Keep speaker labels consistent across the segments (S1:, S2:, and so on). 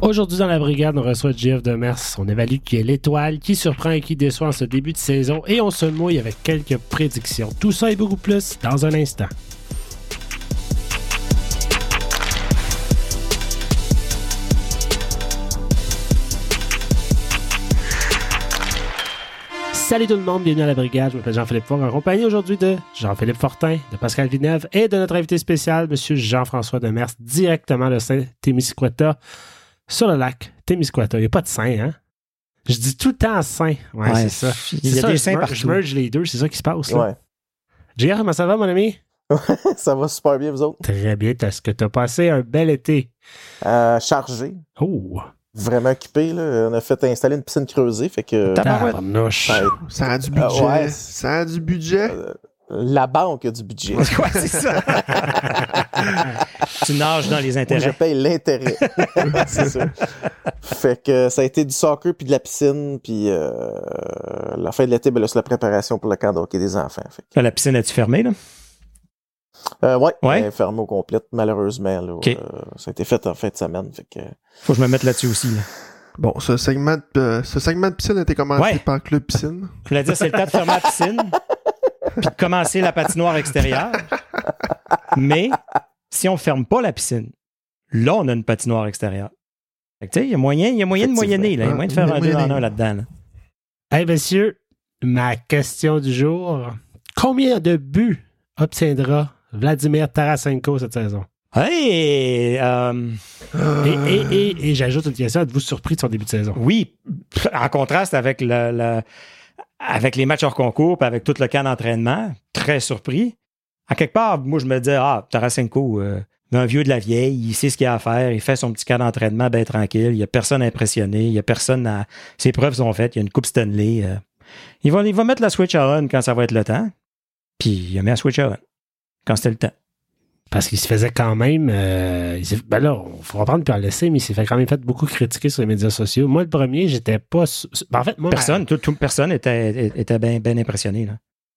S1: Aujourd'hui dans la brigade, on reçoit JF Demers. On évalue qui est l'étoile, qui surprend et qui déçoit en ce début de saison et on se mouille avec quelques prédictions. Tout ça et beaucoup plus dans un instant. Salut tout le monde, bienvenue à la brigade. Je m'appelle Jean-Philippe Fort, en compagnie aujourd'hui de Jean-Philippe Fortin, de Pascal Villeneuve et de notre invité spécial, M. Jean-François Demers, directement de Saint-Témiscouata, sur le lac Témiscouata. Il n'y a pas de saint, hein? Je dis tout le temps saint. Ouais,
S2: Ouais,
S1: c'est ça.
S2: il y
S1: C'est
S2: a
S1: ça,
S2: des
S1: je
S2: saints
S1: mer-
S2: partout.
S1: Je merge les deux, c'est ça qui se passe. Là.
S3: Ouais.
S1: JR, comment ça va, mon ami?
S3: ça va super bien, vous autres.
S1: Très bien, est-ce que tu as passé un bel été?
S3: Euh, chargé,
S1: Oh!
S3: vraiment occupé. Là. On a fait installer une piscine creusée, fait que
S2: Tabarouette.
S1: Tabarnouche!
S3: Ouais.
S2: Ça a du budget.
S3: Ah, ouais.
S2: Ça a du budget.
S3: euh, la banque a du budget. Moi,
S2: Quoi, c'est ça?
S4: Ah Tu nages dans les
S3: je
S4: intérêts.
S3: paye l'intérêt. c'est ça. Fait que ça a été du soccer puis de la piscine, puis euh, la fin de l'été, ben là, c'est la préparation pour le camp de hockey des enfants. Fait
S4: Là, La piscine, est tu fermée, là?
S3: que, euh, ouais,
S4: Ouais.
S3: elle est fermée au complet, malheureusement. là.
S4: Ok.
S3: Euh, ça a été fait en fin de semaine. Fait que,
S4: Faut que je me mette là-dessus aussi. là.
S2: Bon, ce segment, de, euh, ce segment de piscine a été commencé
S4: Ouais.
S2: par Club Piscine.
S4: Je voulais dire, c'est le temps de fermer la piscine, puis de commencer la patinoire extérieure. Mais si on ferme pas la piscine, là, on a une patinoire extérieure. Fait que, tu sais, il y a moyen, il y a moyen de
S3: Effectivement.
S4: moyenner, là. Il y a moyen de faire
S2: Ah,
S4: un deux en
S2: moyenner.
S4: un là-dedans. là.
S1: Hey, messieurs, ma question du jour. Combien de buts obtiendra Vladimir Tarasenko cette saison?
S4: Hey! euh,
S1: Et,
S2: Euh,
S1: et, et, et j'ajoute une question. Êtes-vous surpris de son début de saison?
S4: oui, en contraste avec le, le- avec les matchs hors concours, puis avec tout le camp d'entraînement, très surpris. À quelque part, moi, je me disais, ah, Tarasenko, euh, un vieux de la vieille, il sait ce qu'il a à faire, il fait son petit camp d'entraînement bien tranquille, il n'y a personne à impressionner, il n'y a personne à. Ses preuves sont faites, il y a une Coupe Stanley. euh. Il, va, il va mettre la Switch à on quand ça va être le temps, puis il a mis la Switch à on quand c'était le temps.
S1: Parce qu'il se faisait quand même. euh, il s'est- ben là, on faut reprendre puis en laisser, mais il s'est fait quand même fait beaucoup critiquer sur les médias sociaux. Moi, le premier, j'étais pas. su- ben, en fait, moi.
S4: Personne, tout, tout- personne était, était bien bien impressionné. Là.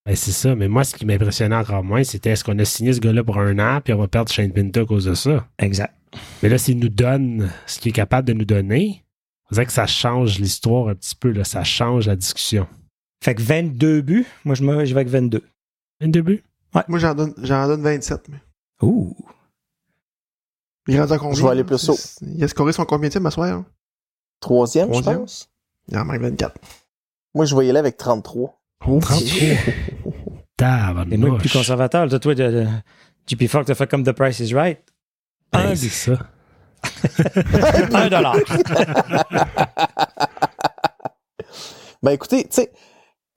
S1: Ben, c'est ça. Mais moi, ce qui m'impressionnait encore moins, c'était est-ce qu'on a signé ce gars-là pour un an, puis on va perdre Shane Pinto à cause de ça.
S4: Exact.
S1: Mais là, s'il nous donne ce qu'il est capable de nous donner, on dirait que ça change l'histoire un petit peu. Là, ça change la discussion.
S4: Fait que 22 buts, moi, je, me, je vais avec 22.
S1: Un début?
S2: Moi, j'en donne, j'en donne 27. Mais...
S4: Ouh!
S2: Il est rendu à combien?
S3: Je vais aller
S2: là?
S3: plus
S2: C'est-
S3: haut.
S2: Il a scoré son combien de à soir? hein?
S3: troisième, je
S2: Troisième.
S3: pense.
S2: Il en manque 24.
S3: Moi, je voyais là avec 33.
S2: Oh,
S1: 33.
S4: Et moi, le plus
S1: Tabarnouche.
S4: conservateur, toi, toi, de- de- JP Fox, t'as fait comme The Price is Right.
S1: Ben,
S4: Un
S1: c'est
S4: but.
S1: ça.
S4: Un dollar.
S3: Ben écoutez, tu sais,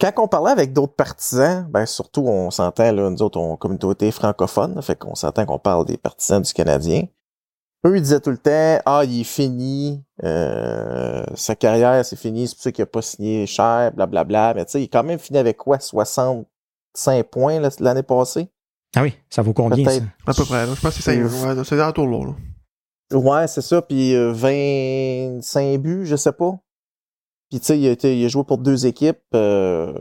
S3: quand on parlait avec d'autres partisans, ben surtout on s'entend, là, nous autres, on communauté francophone, là, fait qu'on s'entend qu'on parle des partisans du Canadien. Eux, ils disaient tout le temps Ah, il est fini, euh, sa carrière, c'est fini, c'est pour ça qu'il a pas signé cher, blablabla. Mais tu sais, il est quand même fini avec quoi? 65 points là, l'année passée?
S4: Ah oui, ça vaut combien, ça?
S3: Peut-être.
S2: À peu près. là. Je pense que c'est cinq-
S3: Ouf.
S2: ouais, c'est dans le tour lourd.
S3: Ouais, c'est ça, puis euh, 25 buts, je sais pas. Puis tu sais, il, a été- il a joué pour deux équipes. euh,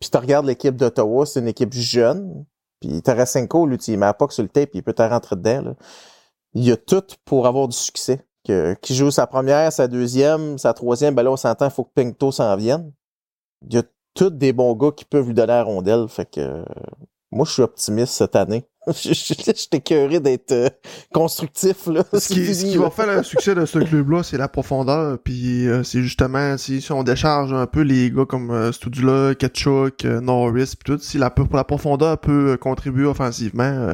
S3: Puis tu regardes l'équipe d'Ottawa, c'est une équipe jeune. Puis Tarasenko, lui, tu mets pas que sur le tape, il peut te rentrer dedans. là. Il a tout pour avoir du succès. Que, qui joue sa première, sa deuxième, sa troisième, ben là, on s'entend, il faut que Pinto s'en vienne. Il y a tous des bons gars qui peuvent lui donner la rondelle. Fait que euh, moi, je suis optimiste cette année. Je suis écœuré d'être euh, constructif. Là.
S2: Ce qui, ce qui va faire le succès de ce club-là, c'est la profondeur. Puis euh, c'est justement, si, si on décharge un peu les gars comme euh, Studula, Ketchuk, euh, Norris, puis tout, si la, pour la profondeur peut euh, contribuer offensivement, euh,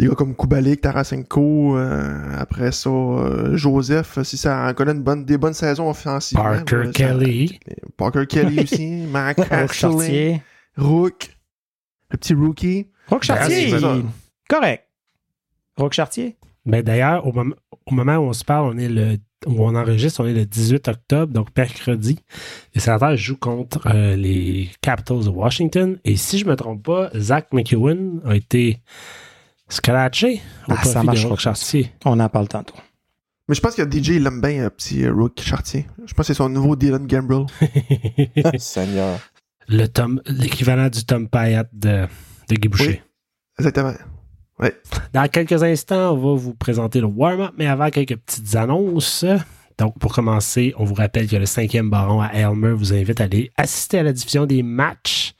S2: les gars comme Kubalik, Tarasenko, euh, après ça, euh, Joseph, si ça en connaît une bonne, des bonnes saisons offensivement.
S1: Parker
S2: euh, ça-
S1: Kelly.
S2: Parker Kelly aussi, Marc
S4: Rock
S2: Ashley,
S4: Chartier.
S2: Rook, le petit rookie.
S4: Rock Chartier,
S2: c'est ça.
S4: il- correct. Rock Chartier.
S1: Ben, D'ailleurs, au, mom- au moment où on se parle, on est le, où on enregistre, on est le 18 octobre, donc mercredi. Les sénateurs jouent contre euh, les Capitals de Washington. Et si je me trompe pas, Zach McEwen a été scratché au
S4: Ah, ça
S1: profit de
S4: marchera
S1: Rock
S4: pas.
S1: Chartier.
S4: On en parle tantôt.
S2: Mais je pense que DJ il aime bien, euh, petit euh, Rook Chartier. Je pense que c'est son nouveau Dylan Gambrell.
S3: Seigneur.
S1: Le Tom- L'équivalent du Tom Payat de, de Guy Boucher.
S2: Exactement. Ouais.
S1: Dans quelques instants, on va vous présenter le warm-up, mais avant quelques petites annonces. Donc, pour commencer, on vous rappelle que le cinquième baron à Elmer vous invite à aller assister à la diffusion des matchs.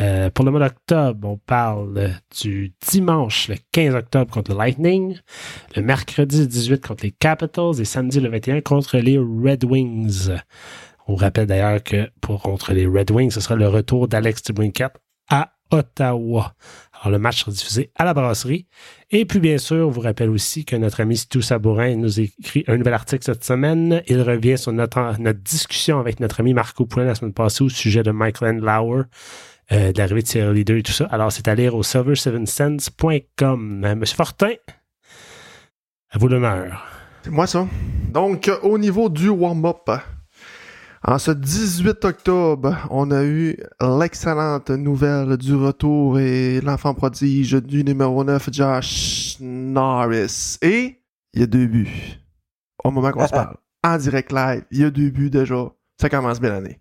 S1: Euh, pour le mois d'octobre, on parle du dimanche, le 15 octobre, contre le Lightning, le mercredi le 18 contre les Capitals et samedi le 21 contre les Red Wings. On vous rappelle d'ailleurs que pour contre les Red Wings, ce sera le retour d'Alex Tibrincat à Ottawa. Alors, le match sera diffusé à la brasserie. Et puis, bien sûr, on vous rappelle aussi que notre ami Stu Sabourin nous écrit un nouvel article cette semaine. Il revient sur notre, notre discussion avec notre ami Marco Poulin la semaine passée au sujet de Michael Lauer, euh, de l'arrivée de Thierry Leader et tout ça. Alors, c'est à lire au silver7cents.com. Euh, Monsieur Fortin, à vous l'honneur.
S2: C'est moi ça. Donc, euh, au niveau du warm-up, en ce 18 octobre, on a eu l'excellente nouvelle du retour et l'enfant prodige du numéro 9, Josh Norris. Et il y a deux buts. Au moment qu'on se parle. En direct live, il y a deux buts déjà. Ça commence bien l'année.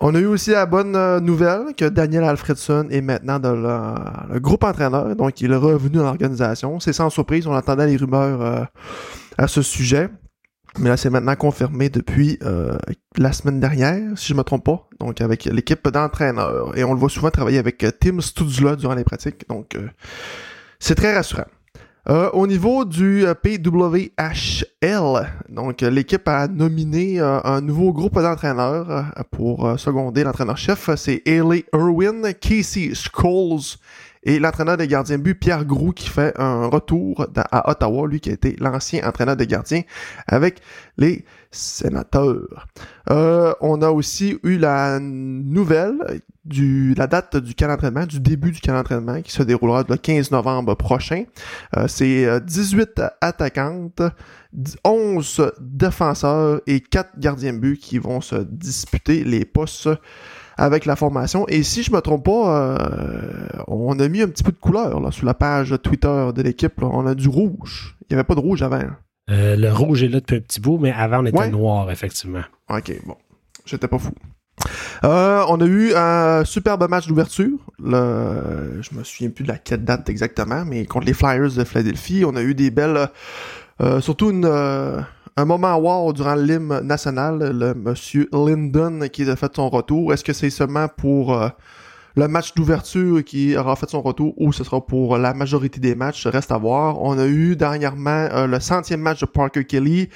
S2: On a eu aussi la bonne euh, nouvelle que Daniel Alfredson est maintenant dans le, le groupe entraîneur, donc il est revenu dans l'organisation. C'est sans surprise, on entendait les rumeurs euh, à ce sujet. Mais là, c'est maintenant confirmé depuis euh, la semaine dernière, si je me trompe pas, donc avec l'équipe d'entraîneurs. Et on le voit souvent travailler avec euh, Tim Studzla durant les pratiques, donc euh, c'est très rassurant. Euh, au niveau du euh, PWHL, donc euh, l'équipe a nominé euh, un nouveau groupe d'entraîneurs euh, pour euh, seconder l'entraîneur-chef. C'est Haley Irwin, Casey Scholes et l'entraîneur des gardiens de but, Pierre Groux, qui fait un retour dans- à Ottawa, lui qui a été l'ancien entraîneur des gardiens avec les sénateurs. Euh, on a aussi eu la nouvelle du la date du camp d'entraînement, du début du camp d'entraînement qui se déroulera le 15 novembre prochain. Euh, c'est euh, 18 attaquantes, 11 défenseurs et 4 gardiens de but qui vont se disputer les postes avec la formation. Et si je me trompe pas, euh, on a mis un petit peu de couleur là, sur la page Twitter de l'équipe. là. On a du rouge. Il n'y avait pas de rouge avant.
S1: Euh, le rouge est là depuis un petit bout, mais avant, on était
S2: Ouais.
S1: noir, effectivement.
S2: Ok, bon. J'étais pas fou. Euh, on a eu un superbe match d'ouverture. Le... Je me souviens plus de la quelle date exactement, mais contre les Flyers de Philadelphie, on a eu des belles. euh, surtout une, euh, un moment wow durant l'hymne national. Le monsieur Lyndon qui a fait son retour. Est-ce que c'est seulement pour euh, le match d'ouverture qui aura fait son retour ou ce sera pour la majorité des matchs? Reste à voir. On a eu dernièrement euh, le centième match de Parker Kelly.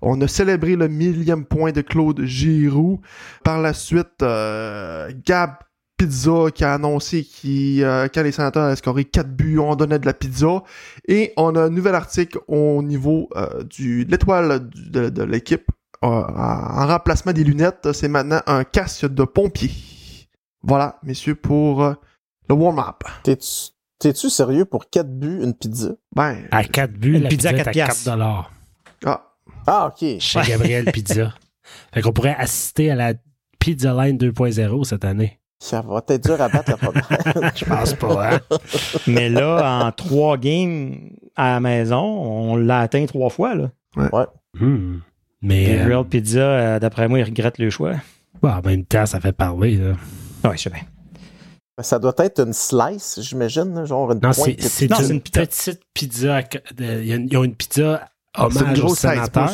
S2: On a célébré le millième point de Claude Giroux. Par la suite, euh, Gab Pizza qui a annoncé qu'il, euh, quand les sénateurs avaient scoré 4 buts, on donnait de la pizza. Et on a un nouvel article au niveau euh, du, de l'étoile du- de, de l'équipe. Euh, en remplacement des lunettes, c'est maintenant un casque de pompier. Voilà, messieurs, pour euh, le warm-up.
S3: T'es-tu t'es-tu sérieux pour 4 buts, une pizza?
S2: Ben,
S1: À 4 buts,
S4: Une
S1: la pizza,
S4: pizza à
S1: est à
S4: quatre
S1: 4
S4: piastres.
S1: dollars
S2: ah,
S3: Ah, ok.
S1: chez Gabriel Pizza. Fait qu'on pourrait assister à la Pizza Line 2.0 cette année.
S3: Ça va être dur à battre la première.
S1: Je pense pas, hein?
S4: Mais là, en trois games à la maison, on l'a atteint trois fois. Là.
S1: Hmm. Mais euh,
S4: Real Pizza, euh, d'après moi, il regrette le choix.
S1: bon, en même temps, ça fait parler. là.
S4: Oui, je sais bien.
S3: Ça doit être une slice, j'imagine, là, genre une
S1: Non,
S3: pointe.
S1: c'est
S3: que tu-
S1: c'est
S4: Non,
S1: une,
S4: c'est une pizza.
S1: petite pizza. à qu- de- il y a une- Ils ont une pizza
S2: c'est une
S1: hommage au
S2: grosse 16
S1: sénateur.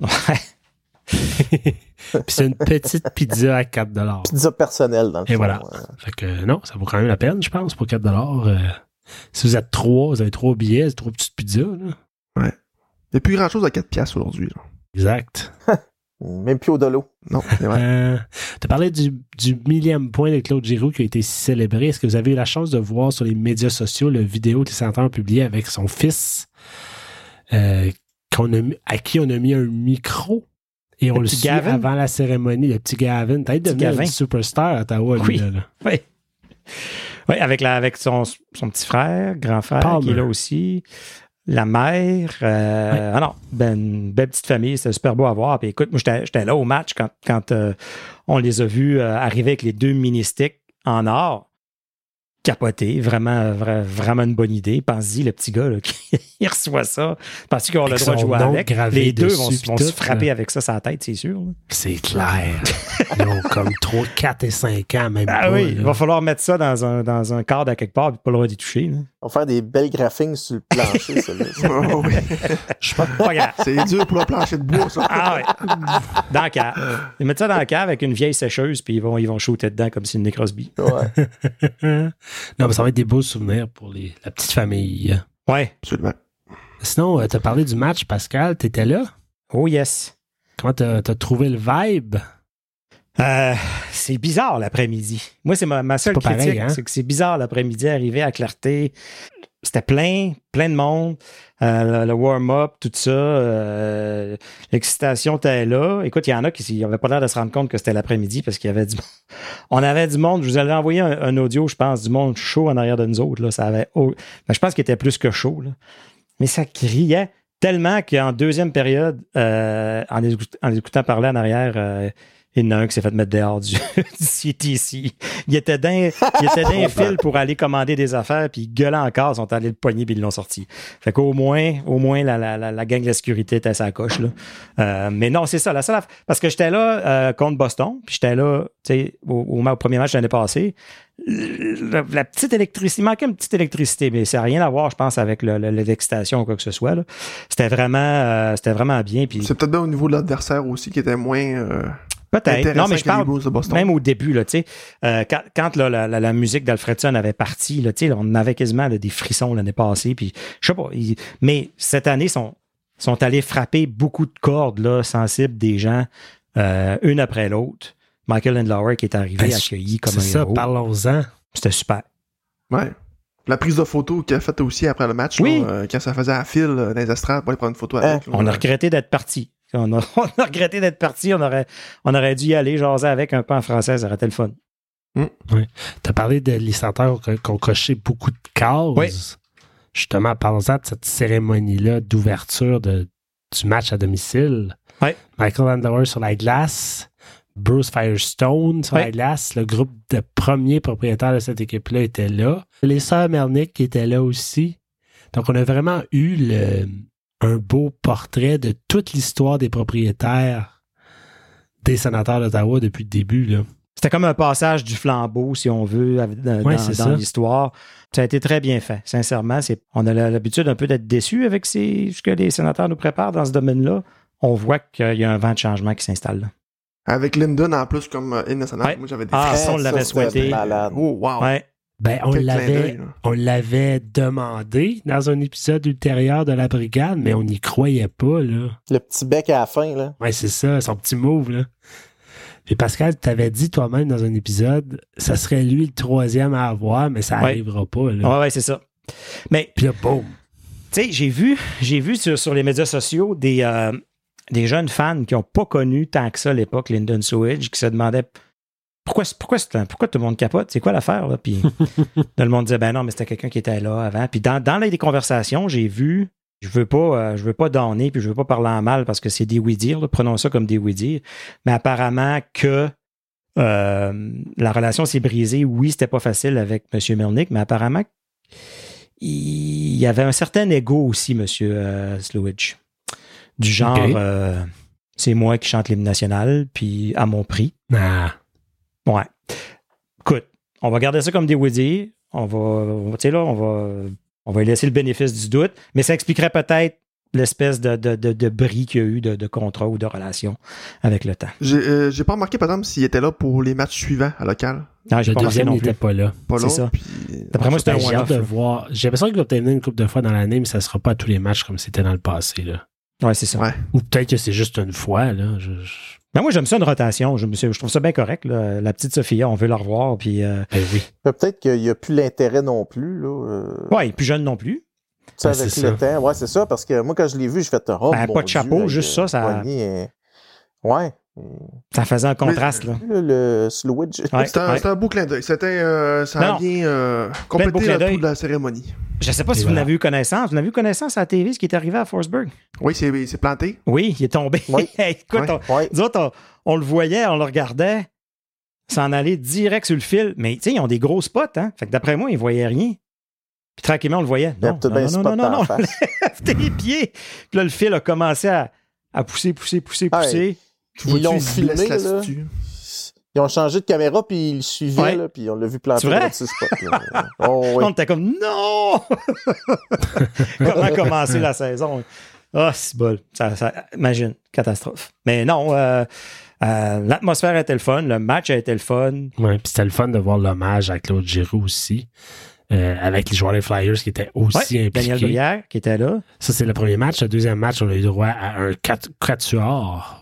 S2: pouces.
S4: Ouais.
S1: Puis c'est une petite pizza à 4 dollars.
S3: pizza personnelle dans le
S1: Et
S3: fond,
S1: voilà.
S3: ouais.
S1: Fait que euh, non, ça vaut quand même la peine, je pense, pour 4 dollars. euh, si vous êtes trois, vous avez trois billets, c'est trois petites pizzas. là.
S2: Il n'y a plus grand-chose à 4 piastres aujourd'hui. là.
S1: Exact.
S3: Même plus au dolo.
S2: Non, c'est vrai.
S1: Euh, tu parlais du, du millième point de Claude Giroux qui a été célébré. Est-ce que vous avez eu la chance de voir sur les médias sociaux le vidéo qu'il s'entend publier avec son fils euh, qu'on a mis- à qui on a mis un micro? Et on le,
S4: petit
S1: suit
S4: Gavin?
S1: avant la cérémonie, le petit Gavin. T'as été
S4: Petit
S1: devenu
S4: Gavin.
S1: une superstar à Ottawa, lui,
S4: Oui.
S1: là, là.
S4: Oui. Oui, avec, la, avec son, son petit frère, grand frère,
S1: Palmer.
S4: qui est là aussi. La mère. euh, Ah non, ben, une belle petite famille, c'était super beau à voir. Puis écoute, moi, j'étais j'étais là au match quand, quand euh, on les a vus euh, arriver avec les deux mini-sticks en or. capoté. Vraiment, vra- vraiment une bonne idée. Pense-y, le petit gars, là, qui il reçoit ça. Parce qu'ils ont le
S1: Avec
S4: droit de
S1: son
S4: jouer
S1: nom
S4: avec.
S1: gravé
S4: Les deux vont,
S1: dessus,
S4: se-
S1: puis
S4: vont se
S1: tout,
S4: frapper
S1: là.
S4: avec ça sur la tête, c'est sûr. là.
S1: C'est clair. Ils ont comme 3, 4 et 5 ans, même
S4: Ah
S1: pas,
S4: oui, il
S1: Ben là.
S4: va falloir mettre ça dans un, dans un cadre à quelque part, puis pas le droit d'y toucher. là.
S3: On va faire des belles graphiques sur le plancher, celle-là.
S2: Oh, oui.
S1: Je pense-
S4: Pas grave.
S2: C'est dur pour le plancher de bois, ça.
S4: Ah oui. Dans le cave. Ils mettent ça dans le cave avec une vieille sécheuse, puis ils vont, ils vont shooter dedans comme si une Crosby.
S3: Ouais.
S1: Hein? non, mais ça va être des beaux souvenirs pour les- la petite famille.
S4: Ouais.
S2: Absolument.
S1: Sinon, euh, t'as parlé du match, Pascal. T'étais là.
S4: Oh yes.
S1: Comment t'as t'as trouvé le vibe?
S4: Euh, c'est bizarre l'après-midi. Moi, c'est ma, ma seule
S1: pas
S4: critique,
S1: pareil, hein?
S4: c'est que c'est bizarre l'après-midi, arrivé à clarté. C'était plein, plein de monde. Euh, le, le warm-up, tout ça. euh, L'excitation était là. Écoute, il y en a qui n'avaient pas l'air de se rendre compte que c'était l'après-midi parce qu'il y avait du monde. On avait du monde. Je vous avais envoyé un, un audio, je pense, du monde chaud en arrière de nous autres. Là. Ça avait, oh, ben, je pense qu'il était plus que chaud. Là. Mais ça criait tellement qu'en deuxième période, euh, en, les écout- en les écoutant parler en arrière, euh, il y en a un qui s'est fait mettre dehors du, du CTC. Il était d'un il était d'un fil pour aller commander des affaires, puis il gueulait encore, ils sont allés le poignet, puis ils l'ont sorti. Fait qu'au moins, au moins, la, la, la, la gang de la sécurité était à sa coche. Là. Euh, mais non, c'est ça. La seule aff- parce que j'étais là euh, contre Boston, puis j'étais là tu sais, au, au, ma- au premier match de l'année passée. La, la petite électricité, il manquait une petite électricité, mais ça n'a rien à voir, je pense, avec le- le- l'excitation ou quoi que ce soit. là. C'était vraiment, euh, c'était vraiment bien. Puis
S2: C'est peut-être bien au niveau de l'adversaire aussi qui était moins euh,
S4: peut-être.
S2: intéressant
S4: Non, mais je
S2: que les
S4: parle,
S2: Bulls de Boston.
S4: même au début, là, tu sais, euh, quand, quand, là, la, la- la musique d'Alfredson avait parti, là, tu sais, là, on avait quasiment là, des frissons l'année passée. Puis, je sais pas. ils- mais cette année, ils sont, sont allés frapper beaucoup de cordes là, sensibles des gens, euh, une après l'autre. Michael Landlauer qui est arrivé,
S1: Ben,
S4: accueilli comme
S1: C'est
S4: un
S1: ça,
S4: héros.
S1: parlons-en.
S4: C'était super.
S2: Ouais. La prise de photo qu'elle a faite aussi après le match,
S4: Oui. Euh,
S2: là, euh, quand ça faisait à fil euh, dans les estrades pour aller prendre une photo avec. là.
S4: On a regretté d'être parti. On a, on a regretté d'être parti. On aurait, on aurait dû y aller jaser avec un peu en français. Ça aurait été le fun.
S1: T'as parlé de les senteurs qui ont coché beaucoup de cases.
S4: Oui.
S1: Justement, parlons-en de cette cérémonie-là d'ouverture de- du match à domicile.
S4: Oui.
S1: Michael Landauer sur la glace, Bruce Firestone sur
S4: Oui.
S1: la glace. Le groupe de premiers propriétaires de cette équipe-là était là. Les sœurs Mernick qui étaient là aussi. Donc, on a vraiment eu le- un beau portrait de toute l'histoire des propriétaires des sénateurs d'Ottawa depuis le début. Là.
S4: C'était comme un passage du flambeau, si on veut, av- dans,
S1: Ouais,
S4: dans-
S1: c'est
S4: dans
S1: ça.
S2: euh,
S4: Ah,
S2: Oh,
S1: Ah Ben,
S4: Ah euh, ben euh, euh, Euh,
S1: ben
S4: Ben, euh, Ben, s'en
S3: euh, oh, euh, hein.
S2: euh, euh,
S4: aller direct sur le fil. Mais tu sais, ils ont des gros spots, hein? Fait que d'après moi, ils voyaient rien. Puis tranquillement, on le voyait.
S3: Il y a
S4: Non,
S3: peut-être
S4: non,
S3: bien un
S4: non,
S3: spot
S4: non, non,
S3: en
S4: non,
S3: face.
S4: lève tes pieds. Puis là, le fil a commencé à, à pousser, pousser, pousser,
S3: Ah,
S4: pousser.
S2: Tu
S3: Ils l'ont
S2: vois-tu, il
S3: filmé,
S2: blesse la
S3: là.
S2: statue.
S3: Ils ont changé de caméra, puis ils le suivaient,
S4: Ouais.
S3: là, puis on l'a vu
S4: C'est
S3: planter
S4: vrai?
S3: dans ce spot. là. oh, oui.
S4: On était comme non! Comment commencer la saison? Ah, c'est bol. Ça, ça- imagine, catastrophe. Mais non, euh, euh, l'atmosphère était le fun, le match a été le fun.
S1: Ouais, puis c'était le fun de voir l'hommage à Claude Giroux aussi, euh, avec les joueurs des Flyers qui étaient aussi
S4: Ouais, Daniel
S1: impliqués.
S4: Brière qui était là.
S1: Ça, c'est le premier match. Le deuxième match, on a eu droit à un quat- quatuor.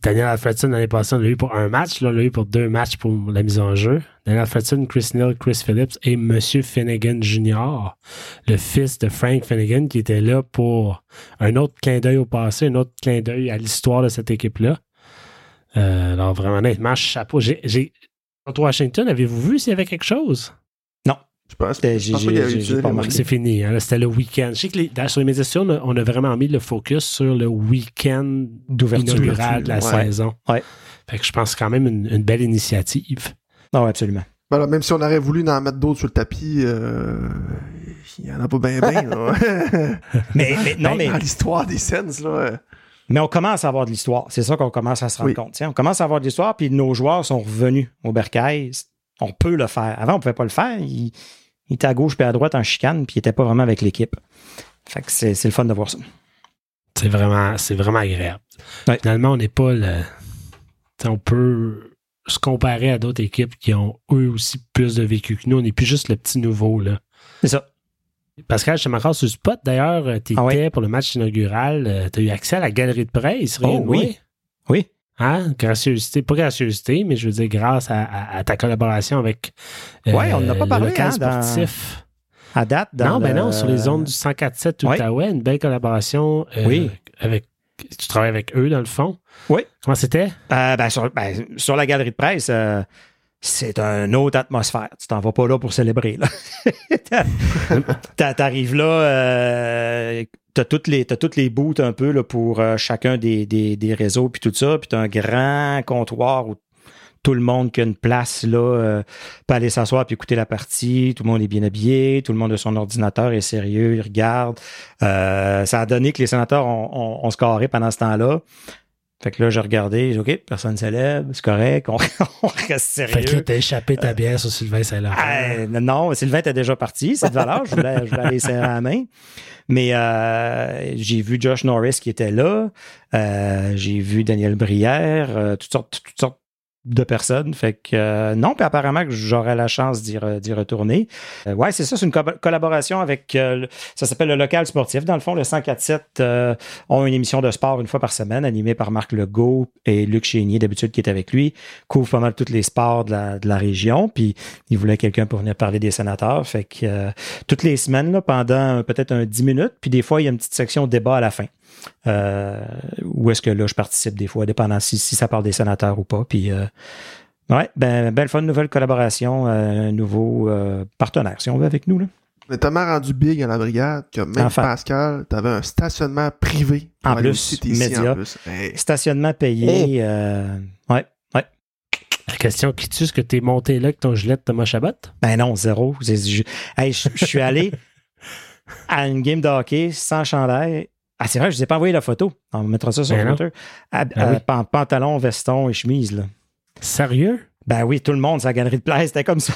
S1: Daniel Alfredson, l'année passée, on l'a eu pour un match. Là, on l'a eu pour deux matchs pour la mise en jeu. Daniel Alfredson, Chris Neal, Chris Phillips et Monsieur Finnegan Jr., le fils de Frank Finnegan, qui était là pour un autre clin d'œil au passé, un autre clin d'œil à l'histoire de cette équipe-là. Euh, alors, vraiment, honnêtement, chapeau. J'ai, j'ai... Contre Washington, avez-vous vu s'il y avait quelque chose?
S2: Je pense,
S4: C'était-
S2: je pense
S4: j'ai-
S2: pas qu'il avait
S4: j'ai- j'ai
S2: utilisé
S4: pas
S2: les mots.
S4: remarqué.
S1: C'est fini. hein. Là, C'était le week-end. Je sais que les- dans- sur les médias sociaux, on a, on a vraiment mis le focus sur le week-end
S4: D'ouverture.
S1: inaugural de la
S2: ouais.
S1: saison.
S4: Ouais.
S1: Fait que je pense quand même une, une belle initiative.
S4: Non, absolument.
S2: Ben alors, même si on aurait voulu en mettre d'autres sur le tapis, euh, il y en a pas bien, ben. là.
S4: Mais, mais- non, mais,
S2: Dans l'histoire des Sens, là. euh,
S4: mais on commence à avoir de l'histoire. C'est ça qu'on commence à se rendre
S2: Oui.
S4: compte. tiens. on commence à avoir de l'histoire, puis nos joueurs sont revenus au bercail. On peut le faire. Avant, on ne pouvait pas le faire. Ils il étaient à gauche puis à droite en chicane, puis ils n'étaient pas vraiment avec l'équipe. Fait que c'est c'est le fun de voir ça.
S1: C'est vraiment, c'est vraiment agréable.
S4: Ouais.
S1: Finalement, on n'est pas le. t'sais, On peut se comparer à d'autres équipes qui ont eux aussi plus de vécu que nous. On n'est plus juste le petit nouveau. Là.
S4: C'est ça.
S1: Pascal, je suis encore sur le spot. D'ailleurs, euh, t'étais
S4: Ah ouais.
S1: pour le match inaugural. Tu as eu accès à la galerie de presse.
S4: Oh
S1: rien de
S4: oui.
S1: moins.
S4: Oui.
S1: Hein? Gracieuseté, pas gracieuseté, mais je veux dire, grâce à, à- à ta collaboration avec euh,
S4: Ouais, on en a pas
S1: le
S4: parlé,
S1: local
S4: hein, dans-
S1: sportif.
S4: À date, dans
S1: non, ben
S4: le-
S1: non, sur les ondes du 104.7
S4: Ouais.
S1: Outaouais, une belle collaboration euh,
S4: Oui.
S1: avec. Tu travailles avec eux, dans le fond.
S4: Oui.
S1: Comment c'était?
S4: Euh, ben, sur, ben, sur la galerie de presse, euh, c'est une autre atmosphère. Tu t'en vas pas là pour célébrer. Là. T'a- T'arrives là, euh, t'as toutes les t'as toutes les booths un peu là, pour euh, chacun des, des, des réseaux puis tout ça, puis t'as un grand comptoir où tout le monde qui a une place là euh, peut aller s'asseoir puis écouter la partie. Tout le monde est bien habillé, tout le monde a son ordinateur est sérieux, il regarde. Euh, ça a donné que les sénateurs ont, ont, ont scoré pendant ce temps-là. Fait que là, j'ai regardé, j'ai dit, OK, personne célèbre, c'est correct, on, on reste sérieux.
S1: Fait que là, t'as échappé ta bière sur Sylvain Saint-Laurent.
S4: Ah, non, Sylvain était déjà parti, c'est de valeur. je, voulais, je voulais aller serrer la main. Mais euh, j'ai vu Josh Norris qui était là. euh, j'ai vu Daniel Brière, euh, toutes, sortes, toutes sortes de personnes. Fait que euh, non, puis apparemment que j'aurai la chance d'y, re- d'y retourner. Euh, ouais, c'est ça, c'est une co- collaboration avec euh, le- ça s'appelle le local sportif. Dans le fond, le 1047 euh, ont une émission de sport une fois par semaine, animée par Marc Legault et Luc Chénier, d'habitude qui est avec lui, couvre pas mal tous les sports de la, de la région. Puis il voulait quelqu'un pour venir parler des sénateurs. Fait que euh, toutes les semaines, là, pendant euh, peut-être un 10 minutes, puis des fois, il y a une petite section débat à la fin. Euh, où est-ce que là, je participe des fois, dépendant si, si ça parle des sénateurs ou pas. Puis, euh, ouais, ben, belle fun, nouvelle collaboration, euh, nouveau euh, partenaire, si on veut, avec nous. Là.
S2: On est tellement rendu big à la brigade que même
S4: Enfin.
S2: Pascal, t'avais un stationnement privé. pour
S4: En
S2: aller au
S4: plus,
S2: site ici,
S4: média.
S2: en plus. Hey,
S4: Stationnement payé. euh, ouais.
S1: La question qui tue, est-ce que t'es monté là avec ton gilet de Thomas Chabot?
S4: Ben non, zéro. J'ai- Je, hey, je- je suis allé à une game de hockey sans chandail. Ah, c'est vrai, je ne vous ai pas envoyé la photo. On mettra ça sur
S1: Ben
S4: le
S1: non.
S4: Twitter. Ah,
S1: Ben
S4: euh,
S1: oui.
S4: pan- pantalon, veston et chemise. Là.
S1: Sérieux?
S4: Ben oui, tout le monde, sa galerie de place, c'était comme ça.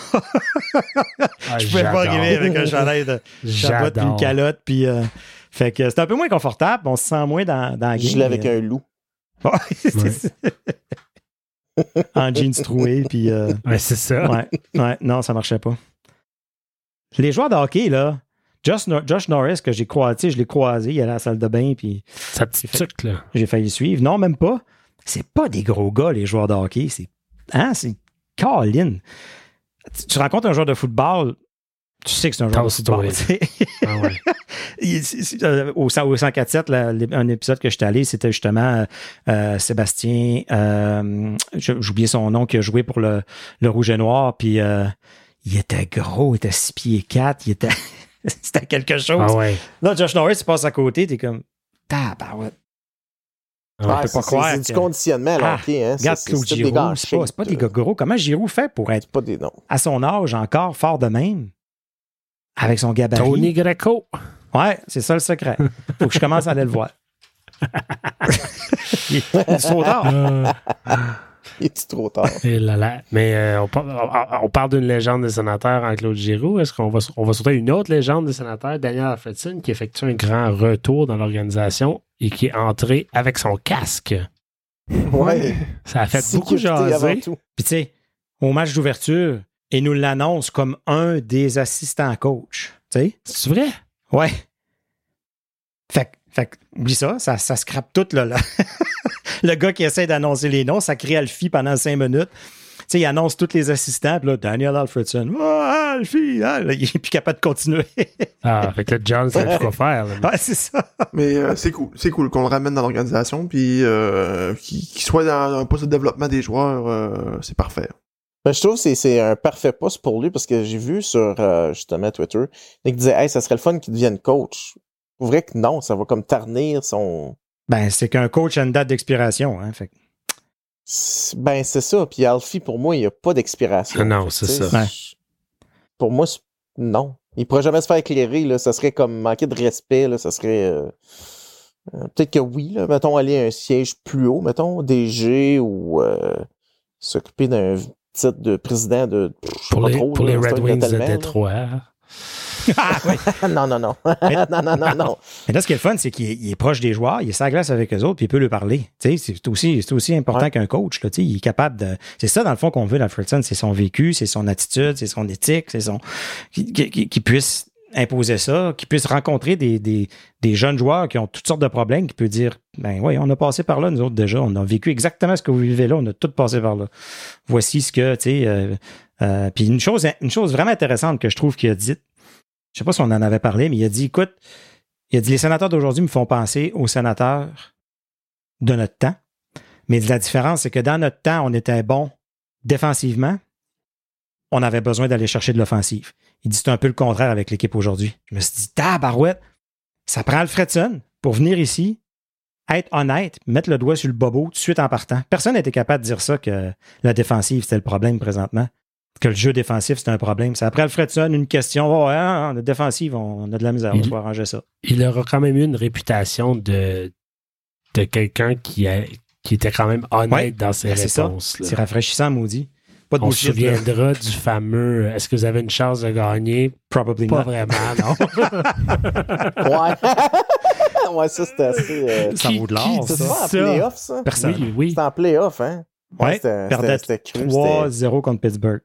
S1: Ah,
S4: je pouvais pas arriver avec un chandail de chabot puis une calotte. Puis, euh, fait que c'était un peu moins confortable. On se sent moins dans, dans la game.
S3: Je l'ai avec
S4: mais-
S3: un loup.
S4: Ouais, c'est- en jeans troués. Puis, euh,
S1: Ouais, c'est ça.
S4: ouais, ouais, non, ça marchait pas. Les joueurs de hockey, là, Josh, Nor- Josh Norris, que j'ai croisé, je l'ai croisé, il allait à la salle de bain, puis
S1: Sa petite tuque, là.
S4: j'ai failli le suivre. Non, même pas. C'est pas des gros gars, les joueurs de hockey. C'est. Hein, c'est. Colin. Tu, tu rencontres un joueur de football, tu sais que c'est un joueur de
S1: Tasse-toi.
S4: football. tu sais.
S1: Ah ouais.
S4: Il- c'est- c'est- euh, au 100 au 104.7, la- l'é- un épisode que j'étais allé, c'était justement euh, euh, Sébastien, euh, je- j'oubliais son nom, qui a joué pour le, le Rouge et Noir, puis euh, il était gros, il était 6 pieds 4, il était... c'était quelque chose.
S1: Ah ouais.
S4: Là, Josh Norris, il passe à côté, t'es comme, tabarouette. On peut
S3: c'est-
S4: pas croire
S3: c'est
S4: que-
S3: du conditionnement,
S4: Ah,
S3: là, ok, hein.
S4: Regarde
S3: C'est- c'est-
S4: Claude
S3: c'est des
S4: Giroux, c'est
S3: gâchés,
S4: pas, c'est pas des gars gros. Comment Giroux fait pour être
S3: C'est pas des noms.
S4: à son âge encore fort de même avec son gabarit?
S1: Tony Greco.
S4: Ouais, c'est ça le secret. Faut que je commence à aller le voir. il est trop tard.
S1: Euh,
S3: Il est trop tard.
S1: et là là. Mais euh, on, par- on- on parle d'une légende des sénateurs en Claude Giroux. Est-ce qu'on va, on va sauter une autre légende des sénateurs, Daniel Alfredson, qui effectue un grand retour dans l'organisation et qui est entré avec son casque?
S3: Ouais.
S1: Ça a fait beaucoup
S3: Sécurité avant
S1: jaser.
S3: tout.
S4: Puis tu sais, au match d'ouverture, il nous l'annonce comme un des assistants coach. Tu sais?
S1: C'est vrai?
S4: Ouais. Fait, que- fait que, oublie ça, ça, ça scrape tout là, là. le gars qui essaie d'annoncer les noms, ça crie Alfie pendant cinq minutes. Tu sais, il annonce tous les assistants, puis là, Daniel Alfredson. Ah, Alfie! ah, là, il est plus capable de continuer.
S1: Ah, fait que là, John, c'est plus quoi faire. là.
S4: ouais, c'est ça.
S2: Mais euh, c'est cool, c'est cool qu'on le ramène dans l'organisation, puis euh, qu'il qu'il soit dans un poste de développement des joueurs, euh, c'est parfait.
S3: Ben, je trouve que c'est- c'est un parfait poste pour lui parce que j'ai vu sur euh, justement Twitter, Nick disait Hey, ça serait le fun qu'il devienne coach. Pour vrai que non, ça va comme tarnir son.
S4: Ben, c'est qu'un coach a une date d'expiration. Hein, fait que-
S3: C'est- Ben, c'est ça. Puis Alfie, pour moi, il n'y a pas d'expiration.
S1: Ah non,
S3: Fait que,
S1: c'est
S3: tu sais,
S4: ça. Ouais.
S3: Pour moi, c'est- non. Il ne pourrait jamais se faire éclairer. Là. Ça serait comme manquer de respect. Là. Ça serait. euh, euh, Peut-être que oui, là. mettons, aller à un siège plus haut, mettons, DG ou euh, s'occuper d'un titre de président de. je sais
S1: Pour
S3: pas
S1: les,
S3: trop,
S1: pour
S3: là,
S1: les
S3: c'est
S1: Red
S3: un
S1: Wings de
S3: tellement, là.
S1: Détroit.
S4: Ah, ouais.
S3: non, non, non. non, non, non, non.
S4: Mais là, ce qui est le fun, c'est qu'il est, il est proche des joueurs, il est sur la glace avec eux autres, puis il peut leur parler. Tu sais, C'est aussi, c'est aussi important
S3: Ouais.
S4: qu'un coach. Là, tu sais, il est capable de. C'est ça, dans le fond, qu'on veut d'Alfredson. C'est son vécu, c'est son attitude, c'est son éthique, c'est son. Qu'il qu'il- qu'il puisse imposer ça, qu'il puisse rencontrer des, des, des jeunes joueurs qui ont toutes sortes de problèmes, qui peut dire Ben oui, on a passé par là, nous autres déjà, on a vécu exactement ce que vous vivez là, on a tous passé par là. Voici ce que, tu sais. euh, euh, puis une chose, une chose vraiment intéressante que je trouve qu'il a dit, je sais pas si on en avait parlé, mais il a dit écoute, il a dit les sénateurs d'aujourd'hui me font penser aux sénateurs de notre temps. Mais la différence, c'est que dans notre temps, on était bon défensivement. On avait besoin d'aller chercher de l'offensive. Il dit c'est un peu le contraire avec l'équipe aujourd'hui. Je me suis dit, tabarouette, ça prend Alfredson pour venir ici, être honnête, mettre le doigt sur le bobo tout de suite en partant. Personne n'était capable de dire ça que la défensive, c'était le problème présentement. Que le jeu défensif, c'était un problème. C'est après Alfredson, une question. Oh, hein, hein, la défensive, on a de la misère. On
S1: Il-
S4: va arranger ça.
S1: Il aura quand même eu une réputation de, de quelqu'un qui, a- qui était quand même honnête
S4: Ouais,
S1: dans ses
S4: ben c'est ça.
S1: réponses. là.
S4: C'est rafraîchissant, maudit. Pas de
S1: On se
S4: bullshit. là.
S1: souviendra du fameux euh, Est-ce que vous avez une chance de gagner
S4: Probably
S1: Pas
S4: not.
S1: vraiment, non.
S3: Ouais. ouais, ça, c'était assez. euh,
S4: Ça
S1: Qui-
S4: vaut de l'or,
S1: qui
S3: C'est
S1: dit
S4: ça.
S3: pas en playoff, ça?
S4: Personne.
S1: Oui, oui.
S3: C'était en playoff, hein?
S4: Ouais,
S3: c'était-
S4: perdait
S3: c'était- c'était cru,
S4: 3-0 contre Pittsburgh.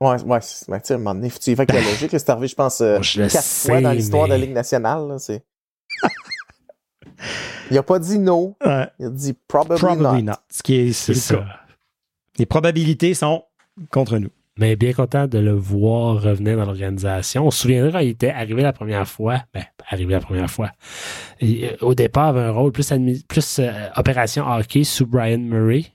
S3: Ouais, ouais. c'est- Mais tu sais, à un moment donné, faut que tu y vas avec la logique. là. C'est arrivé, je pense, euh,
S1: Moi, je le
S3: quatre fois
S1: sais,
S3: dans l'histoire de la
S1: mais-
S3: Ligue nationale. là, c'est... il a pas dit non.
S4: Ouais,
S3: Il a dit probably,
S4: probably
S3: not.
S4: not. Ce qui est,
S1: C'est
S4: c'est le cas.
S1: ça.
S4: Les probabilités sont contre nous.
S1: Mais bien content de le voir revenir dans l'organisation. On se souviendra quand il était arrivé la première fois. Ben, arrivé la première fois. Il, euh, au départ, avait un rôle plus, admi- plus euh, opération hockey sous Brian Murray.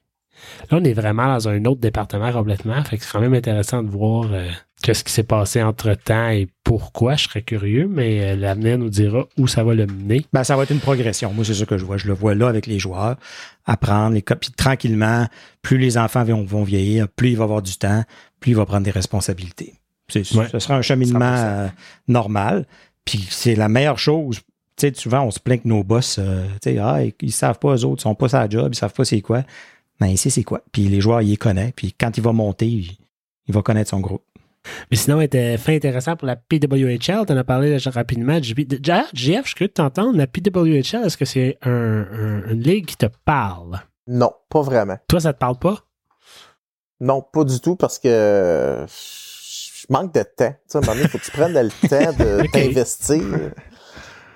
S1: Là, on est vraiment dans un autre département complètement. Fait que c'est quand même intéressant de voir euh, qu'est-ce qui s'est passé entre temps et pourquoi. Je serais curieux, mais euh, l'avenir nous dira où ça va le mener.
S4: Ben, ça va être une progression. Moi, c'est ça que je vois. Je le vois là avec les joueurs. Apprendre, les co- puis tranquillement, plus les enfants vont, vont vieillir, plus il va avoir du temps, plus il va prendre des responsabilités. C'est-
S1: Ouais.
S4: Ce sera un cheminement
S1: 100%.
S4: euh, normal. Puis c'est la meilleure chose. Tu sais, souvent, on se plaint que nos boss, euh, tu sais, ah, ils, ils savent pas, eux autres, ils sont pas sa job, ils savent pas c'est quoi. Mais ici, c'est quoi. Puis les joueurs, ils les connaissent. Puis quand il va monter, il, il va connaître son groupe.
S1: Mais sinon, était fin intéressant pour la PWHL. T'en as parlé là, rapidement. JB. D'ailleurs, JF, je suis curieux de t'entendre. La PWHL, est-ce que c'est un- un- une ligue qui te parle?
S3: Non, pas vraiment.
S1: Toi, ça te parle pas?
S3: Non, pas du tout parce que euh, je manque de temps. Tu sais, à un moment donné, faut que tu prennes le temps de
S1: Ok.
S3: t'investir.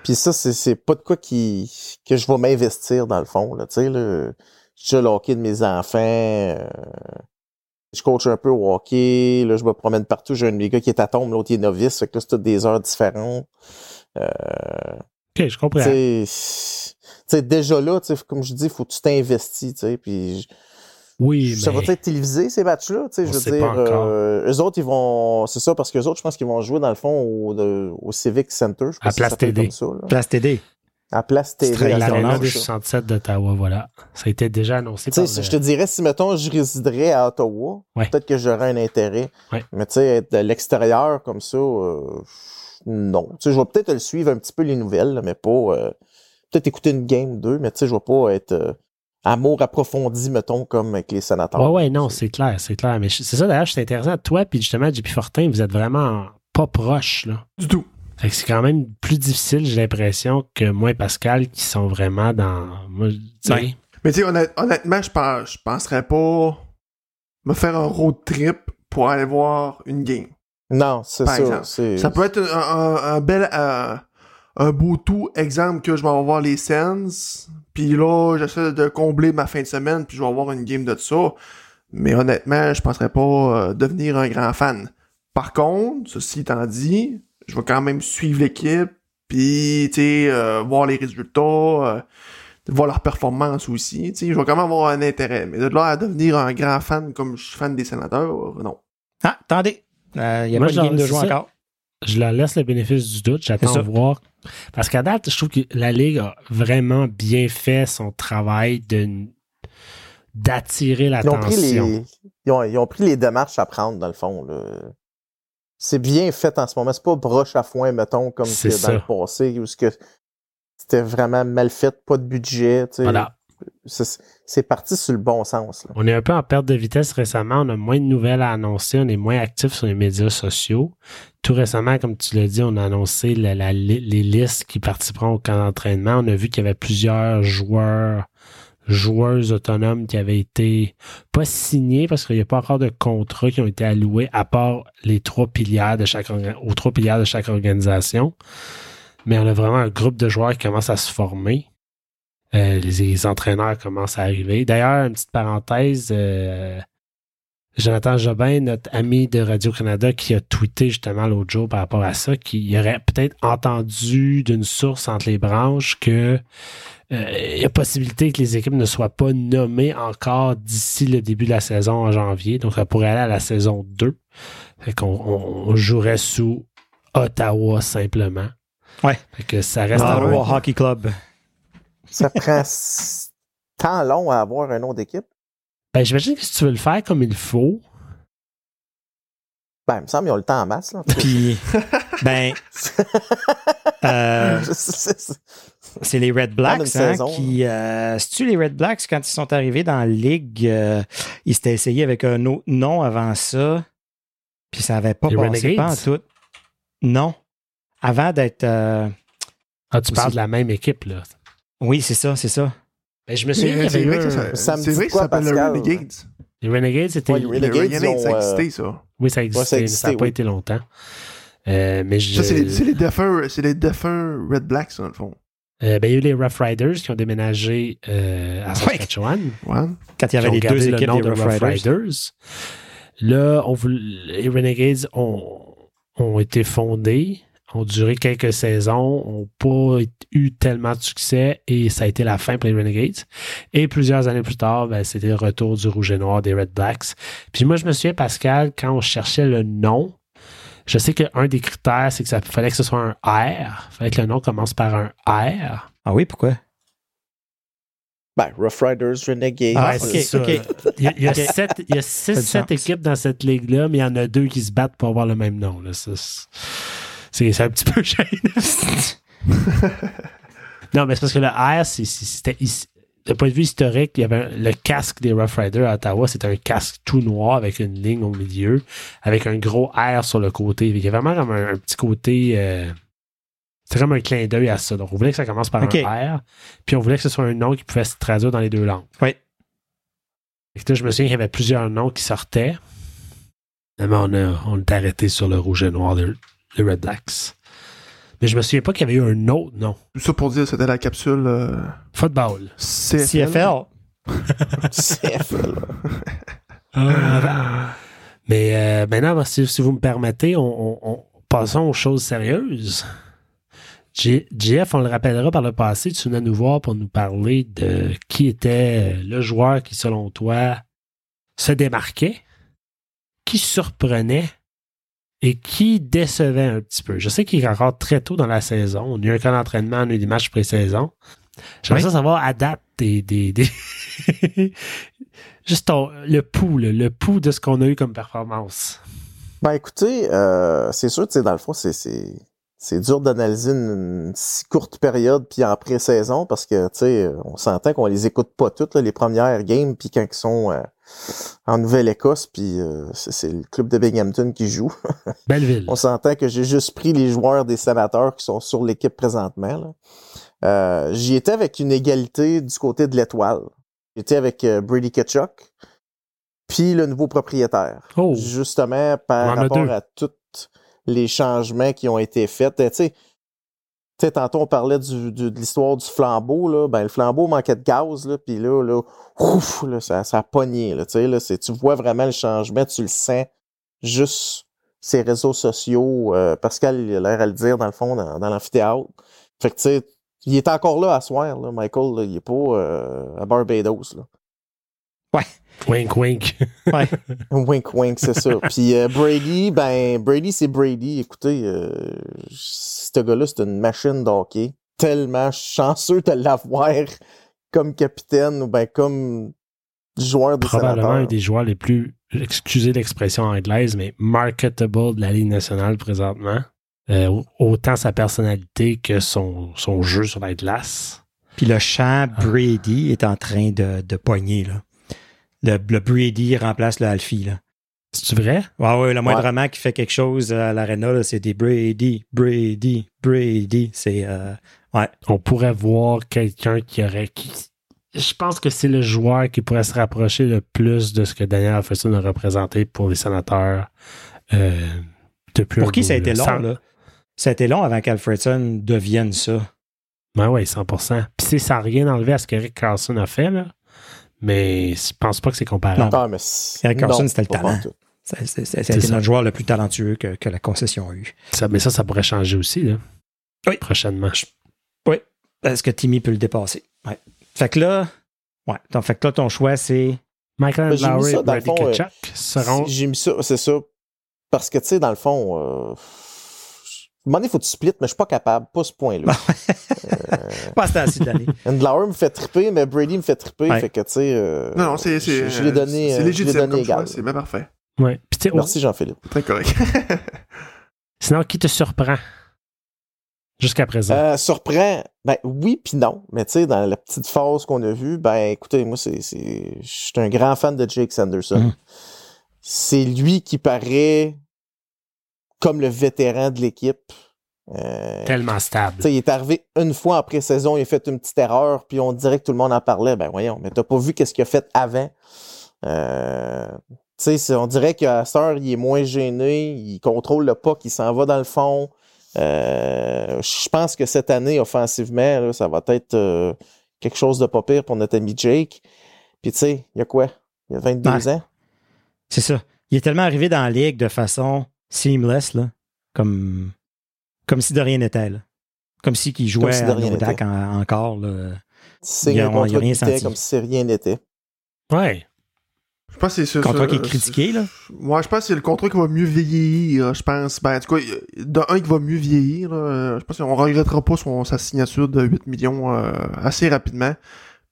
S3: Puis ça, c'est, c'est pas de quoi qui, que je vais m'investir dans le fond. Là, tu sais, là, je joue au hockey de mes enfants. euh, je coach un peu au hockey. Là, je me promène partout. J'ai un de mes gars qui est à tombe, l'autre il est novice. Fait que là, c'est toutes des heures différentes. Euh,
S1: Ok, je comprends.
S3: tu sais, tu sais, déjà là, tu sais, comme je dis, faut que tu t'investis. tu sais, Puis
S1: Oui,
S3: ça va
S1: mais
S3: être télévisé, ces matchs-là, tu sais,
S1: On
S3: je veux
S1: sait pas
S3: dire.
S1: encore.
S3: Euh, eux autres, ils vont. C'est ça, parce qu'eux autres, je pense qu'ils vont jouer dans le fond au, de- au Civic Center. Je sais pas
S1: À
S3: si ça
S1: Place
S3: s'appelle
S1: TD.
S3: comme ça, là.
S4: Place TD.
S3: À place TV.
S4: Straight
S3: à ce
S4: Atlanta,
S1: L'Arena
S3: moment-là,
S1: du
S3: ça.
S1: 67 d'Ottawa, voilà. Ça a été déjà annoncé
S3: Tu
S1: par
S3: sais,
S1: le-
S3: je te dirais, si, mettons, je résiderais à Ottawa,
S1: hein. Ouais.
S3: peut-être que j'aurais un intérêt.
S1: Ouais.
S3: Mais tu sais, être de l'extérieur comme ça, euh, non. Tu sais, je vais peut-être le suivre un petit peu les nouvelles, là, mais pas... euh, peut-être écouter une game ou deux, mais tu sais, je vais pas être euh, amour approfondi, mettons, comme avec les sénateurs.
S1: Ouais, ouais, non, c'est clair, c'est clair. Mais je- c'est ça, d'ailleurs, c'est intéressant. Toi, puis justement, JP Fortin, vous êtes vraiment pas proches, là.
S2: Du tout.
S1: Fait que c'est quand même plus difficile, j'ai l'impression, que moi et Pascal, qui sont vraiment dans. Moi, tu sais,
S4: Ouais.
S2: Mais tu sais, honnêt- honnêtement, je pense, je penserais pas me faire un road trip pour aller voir une game.
S3: Non, c'est
S2: Par
S3: ça.
S2: exemple.
S3: c'est-
S2: Ça peut être un, un- un bel, euh, un beau tout exemple que je vais avoir les Sens. Puis là, j'essaie de combler ma fin de semaine, puis je vais avoir une game de ça. Mais honnêtement, je penserais pas euh, devenir un grand fan. Par contre, ceci étant dit, je vais quand même suivre l'équipe, puis tu sais, euh, voir les résultats, euh, voir leur performance aussi. Tu sais, je vais quand même avoir un intérêt. Mais de là à devenir un grand fan comme je suis fan des sénateurs, non.
S4: Ah, attendez. Euh, Il n'y a
S1: Moi,
S4: pas de
S1: genre,
S4: game de
S1: c'est
S4: jouer
S1: ça.
S4: encore.
S1: je leur laisse le bénéfice du doute.
S4: C'est
S1: J'attends
S4: ça.
S1: de voir. Parce qu'à date, je trouve que la Ligue a vraiment bien fait son travail de- d'attirer
S3: Ils ont, pris
S1: l'attention.
S3: les, ils, ont, ils ont pris les démarches à prendre, dans le fond. là. C'est bien fait en ce moment. C'est pas broche à foin, mettons, comme
S1: C'est
S3: que dans le
S1: ça.
S3: passé, où ce que c'était vraiment mal fait, pas de budget. tu sais.
S1: Voilà.
S3: C'est c'est parti sur le bon sens. là.
S1: On est un peu en perte de vitesse récemment. On a moins de nouvelles à annoncer. On est moins actif sur les médias sociaux. Tout récemment, comme tu l'as dit, on a annoncé la- la li- les listes qui participeront au camp d'entraînement. On a vu qu'il y avait plusieurs joueurs, joueuses autonomes qui avaient été pas signés parce qu'il n'y a pas encore de contrats qui ont été alloués à part les trois piliers de chaque orga- aux trois piliers de chaque organisation. Mais on a vraiment un groupe de joueurs qui commence à se former. Euh, les, les entraîneurs commencent à arriver. D'ailleurs, une petite parenthèse, euh, Jonathan Jobin, notre ami de Radio-Canada, qui a tweeté justement l'autre jour par rapport à ça, qu'il aurait peut-être entendu d'une source entre les branches que euh, il y a possibilité que les équipes ne soient pas nommées encore d'ici le début de la saison en janvier. Donc, ça pourrait aller à la saison 2. Fait qu'on on- on jouerait sous Ottawa simplement.
S4: Ouais.
S1: Fait que ça reste à
S4: Ottawa
S1: voir.
S4: Hockey Club.
S3: Ça prend s- tant long à avoir un nom d'équipe.
S1: Ben, j'imagine que si tu veux le faire comme il faut,
S3: Ben, il me semble qu'ils ont le temps en masse. Là.
S4: Puis, ben, euh,
S3: Je sais- c'est-
S4: c'est les Red
S3: Dans une
S4: Blacks hein,
S3: saison,
S4: qui. Euh, tu les Red Blacks, quand ils sont arrivés dans la ligue, euh, ils s'étaient essayés avec un autre nom avant ça, puis ça n'avait pas
S1: Les
S4: passé pas en
S1: Renegades?
S4: tout. Non. Avant d'être. euh,
S1: Ah, tu
S4: Aussi.
S1: parles de la même équipe, là.
S4: oui, c'est ça, c'est ça.
S1: Ben, je me
S2: C'est
S1: souviens qu'il y avait eu
S2: vrai que
S1: un-
S2: ça,
S3: Ça me
S2: c'est
S3: dit
S2: vrai que
S3: quoi,
S2: ça s'appelle le
S3: Pascal?
S2: Renegades.
S1: Les Renegades, c'était...
S3: Ouais, les Renegades.
S2: Le Renegades,
S3: ils ont,
S2: ça a
S3: euh,
S2: existé, ça.
S1: Oui, ça existait,
S3: Ouais, ça
S1: mais
S3: existait,
S1: ça n'a pas
S3: oui.
S1: été longtemps. Euh, mais je...
S2: Ça, c'est les, c'est les défunts, c'est les défunts Red Blacks, dans le fond.
S1: Euh, ben, il y a eu les Rough Riders qui ont déménagé euh, à
S4: Ouais.
S1: Saskatchewan.
S2: Ouais.
S4: Quand il y
S1: qui
S4: avait
S1: ont
S4: les
S1: gardé
S4: deux
S1: le
S4: équipes
S1: nom
S4: des
S1: de
S4: Rough Riders.
S1: Là, on voul- les Renegades ont, ont été fondés, ont duré quelques saisons, n'ont pas eu tellement de succès et ça a été la fin pour les Renegades. Et plusieurs années plus tard, ben, c'était le retour du rouge et noir des Red Blacks. Puis moi, je me souviens, Pascal, quand on cherchait le nom, je sais qu'un des critères, c'est que ça fallait que ce soit un R. fallait que le nom commence par un R.
S4: Ah oui, pourquoi?
S3: Ben, Rough Riders, Renegades.
S4: Ah,
S1: Ouais,
S4: ok,
S1: c'est ça.
S4: ok.
S1: Il y a, il y a
S4: Ok.
S1: sept- il y a six,
S4: Ça fait du
S1: sept
S4: sens.
S1: équipes dans cette ligue-là, mais il y en a deux qui se battent pour avoir le même nom. là. Ça, C'est c'est un petit peu gênant. non, mais c'est parce que le R, c'est- c'est- c'était. ici- De point de vue historique, il y avait un- le casque des Rough Riders à Ottawa, c'était un casque tout noir avec une ligne au milieu, avec un gros R sur le côté. Il y a vraiment comme un, un petit côté. euh, c'était comme un clin d'œil à ça. Donc, on voulait que ça commence par
S4: Ok.
S1: un R, puis on voulait que ce soit un nom qui pouvait se traduire dans les deux langues.
S4: Oui.
S1: Fait que là, je me souviens qu'il y avait plusieurs noms qui sortaient. Finalement, on, a, on est arrêté sur le rouge et noir, le, le Red Blacks. Mais je me souviens pas qu'il y avait eu un autre nom.
S2: Tout ça pour dire c'était la capsule euh,
S1: Football.
S2: CFL.
S4: CFL.
S3: CFL, là.
S1: Ah. Mais euh, maintenant, si, si vous me permettez, on, on- on- passons aux choses sérieuses. J- JF, on le rappellera par le passé, tu venais nous voir pour nous parler de qui était euh, le joueur qui, selon toi, se démarquait, qui surprenait et qui décevait un petit peu. Je sais qu'il est encore très tôt dans la saison. On a eu un camp d'entraînement, on a eu des matchs pré-saison. J'aimerais ça savoir à date des. des- des- Juste ton- le pouls, là, le pouls de ce qu'on a eu comme performance.
S3: Ben écoutez, euh, c'est sûr, tu sais, dans le fond, c'est c'est c'est dur d'analyser une, une si courte période puis en pré-saison parce que tu sais, on s'entend qu'on les écoute pas toutes là, les premières games puis quand ils sont euh, en Nouvelle-Écosse puis euh, c'est c'est le club de Binghamton qui joue.
S1: Belleville.
S3: On s'entend que j'ai juste pris les joueurs des sénateurs qui sont sur l'équipe présentement. là. Euh, J'y étais avec une égalité du côté de l'étoile. J'étais avec euh, Brady Ketchuk, puis le nouveau propriétaire.
S1: Oh.
S3: Justement, par
S1: On en a
S3: rapport
S1: deux.
S3: à tous les changements qui ont été faits. Euh, Tu sais, tu sais, tantôt, on parlait du- du- de l'histoire du flambeau. Là. Ben, le flambeau manquait de gaz, là, puis là, là, ouf, là, ça, ça a pogné. Là, tu, sais, là, c'est- tu vois vraiment le changement, tu le sens juste ses réseaux sociaux. euh, Pascal a l'air à le dire, dans le fond, dans, dans l'amphithéâtre. Fait que, tu sais, il est encore là à soir, là, Michael. là, il est pas euh, à Barbados. Là.
S1: Wink, wink.
S4: Ouais.
S3: Wink, wink, c'est ça. Puis euh, Brady, ben, Brady, c'est Brady. Écoutez, euh, ce gars-là, c'est une machine de hockey. Tellement chanceux de l'avoir comme capitaine ou ben comme joueur de
S1: Probablement un
S3: sénateur.
S1: des joueurs les plus, excusez l'expression anglaise, mais marketable de la Ligue nationale présentement. Euh, autant sa personnalité que son, son jeu sur la glace.
S4: Puis le
S1: Ah.
S4: champ Brady est en train de, de pogner. Là. Le, le Brady remplace le Alfie. Là.
S1: C'est-tu vrai?
S4: Ah ouais, le moindrement qui fait quelque chose à l'aréna, là, c'est des Brady, Brady, Brady. C'est euh,
S1: On pourrait voir quelqu'un qui aurait. qui- je pense que c'est le joueur qui pourrait se rapprocher le plus de ce que Daniel Alfredson a représenté pour les sénateurs euh, depuis
S4: pour
S1: un
S4: qui
S1: bout,
S4: ça a été long,
S1: Cent-
S4: là? Ça a été long avant qu'Alfredson devienne ça.
S1: Ben oui, 100%. Puis c'est sans rien enlever à ce que Rick Carlson a fait, là. Mais je pense pas que c'est comparable.
S3: Ah, mais c'est-
S4: Eric Carlson,
S3: non,
S4: c'était le
S3: pas
S4: talent.
S3: pantoute.
S4: Ça, ça- ça- ça
S1: C'est
S4: a été
S1: ça.
S4: notre joueur le plus talentueux que, que la concession a eu.
S1: Ça- mais ça, ça pourrait changer aussi, là.
S4: Oui.
S1: Prochainement.
S4: Est-ce que Timmy peut le dépasser? Ouais. Fait que là, ouais. Donc, fait que là, ton choix, c'est.
S1: Michael
S3: Ben, j'ai mis
S1: Lowry
S3: ça,
S1: et
S3: dans le
S1: Brady
S3: fond, euh,
S1: Kachuk seront.
S3: Si J'ai mis ça, c'est ça. Parce que, tu sais, dans le fond, euh, à un moment donné, faut que tu splits, mais je suis pas capable, pas ce point-là. Euh,
S4: Pas à de l'année.
S3: And Lauer me fait triper, mais Brady me fait triper,
S4: Ouais.
S3: fait que, tu sais, euh,
S2: Non, non, c'est. c'est-
S3: je, je l'ai donné, euh,
S2: C'est
S3: je l'ai
S2: légitime
S3: donné
S2: comme
S3: égal.
S2: choix, c'est bien parfait.
S1: Ouais. Puis, tu sais,
S3: Merci, Jean-Philippe.
S2: Très correct.
S1: Sinon, qui te surprend jusqu'à présent?
S3: Euh, surprend, ben oui puis non, mais tu sais, dans la petite phase qu'on a vue, ben écoutez, moi, c'est, c'est, je suis un grand fan de Jake Sanderson.
S4: Mhm.
S3: C'est lui qui paraît comme le vétéran de l'équipe. Euh,
S1: Tellement
S3: Tu
S1: stable.
S3: sais, il est arrivé une fois en pré-saison, il a fait une petite erreur, puis on dirait que tout le monde en parlait. Ben voyons, mais t'as pas vu qu'est-ce qu'il a fait avant. Euh, tu sais, c'est- on dirait qu'à cette heure, il est moins gêné, il contrôle le puck, il s'en va dans le fond. Euh, Je pense que cette année, offensivement, là, ça va être euh, quelque chose de pas pire pour notre ami Jake. Puis tu sais, il y a quoi? Il y a 22
S4: Ouais.
S3: ans?
S4: C'est ça. Il est tellement arrivé dans la ligue de façon seamless, là, comme, comme si de rien n'était. là. Comme si qu'il jouait
S3: Comme si de
S4: à
S3: rien
S4: Nodak
S3: n'était.
S4: en- encore. Là.
S3: C'est
S4: Il a-
S3: un
S4: on- il a
S3: contrat de
S4: rien
S3: huit ans,
S4: senti.
S3: comme si rien n'était.
S1: Ouais.
S2: Je pense que c'est ça.
S4: Contrat
S2: ça,
S4: qui est
S2: euh,
S4: critiqué, là.
S2: Moi, je pense que c'est le contrat qui va mieux vieillir, je pense. Ben, en tout cas, d'un un qui va mieux vieillir, là. je pense qu'on regrettera pas son, sa signature de 8 millions euh, assez rapidement.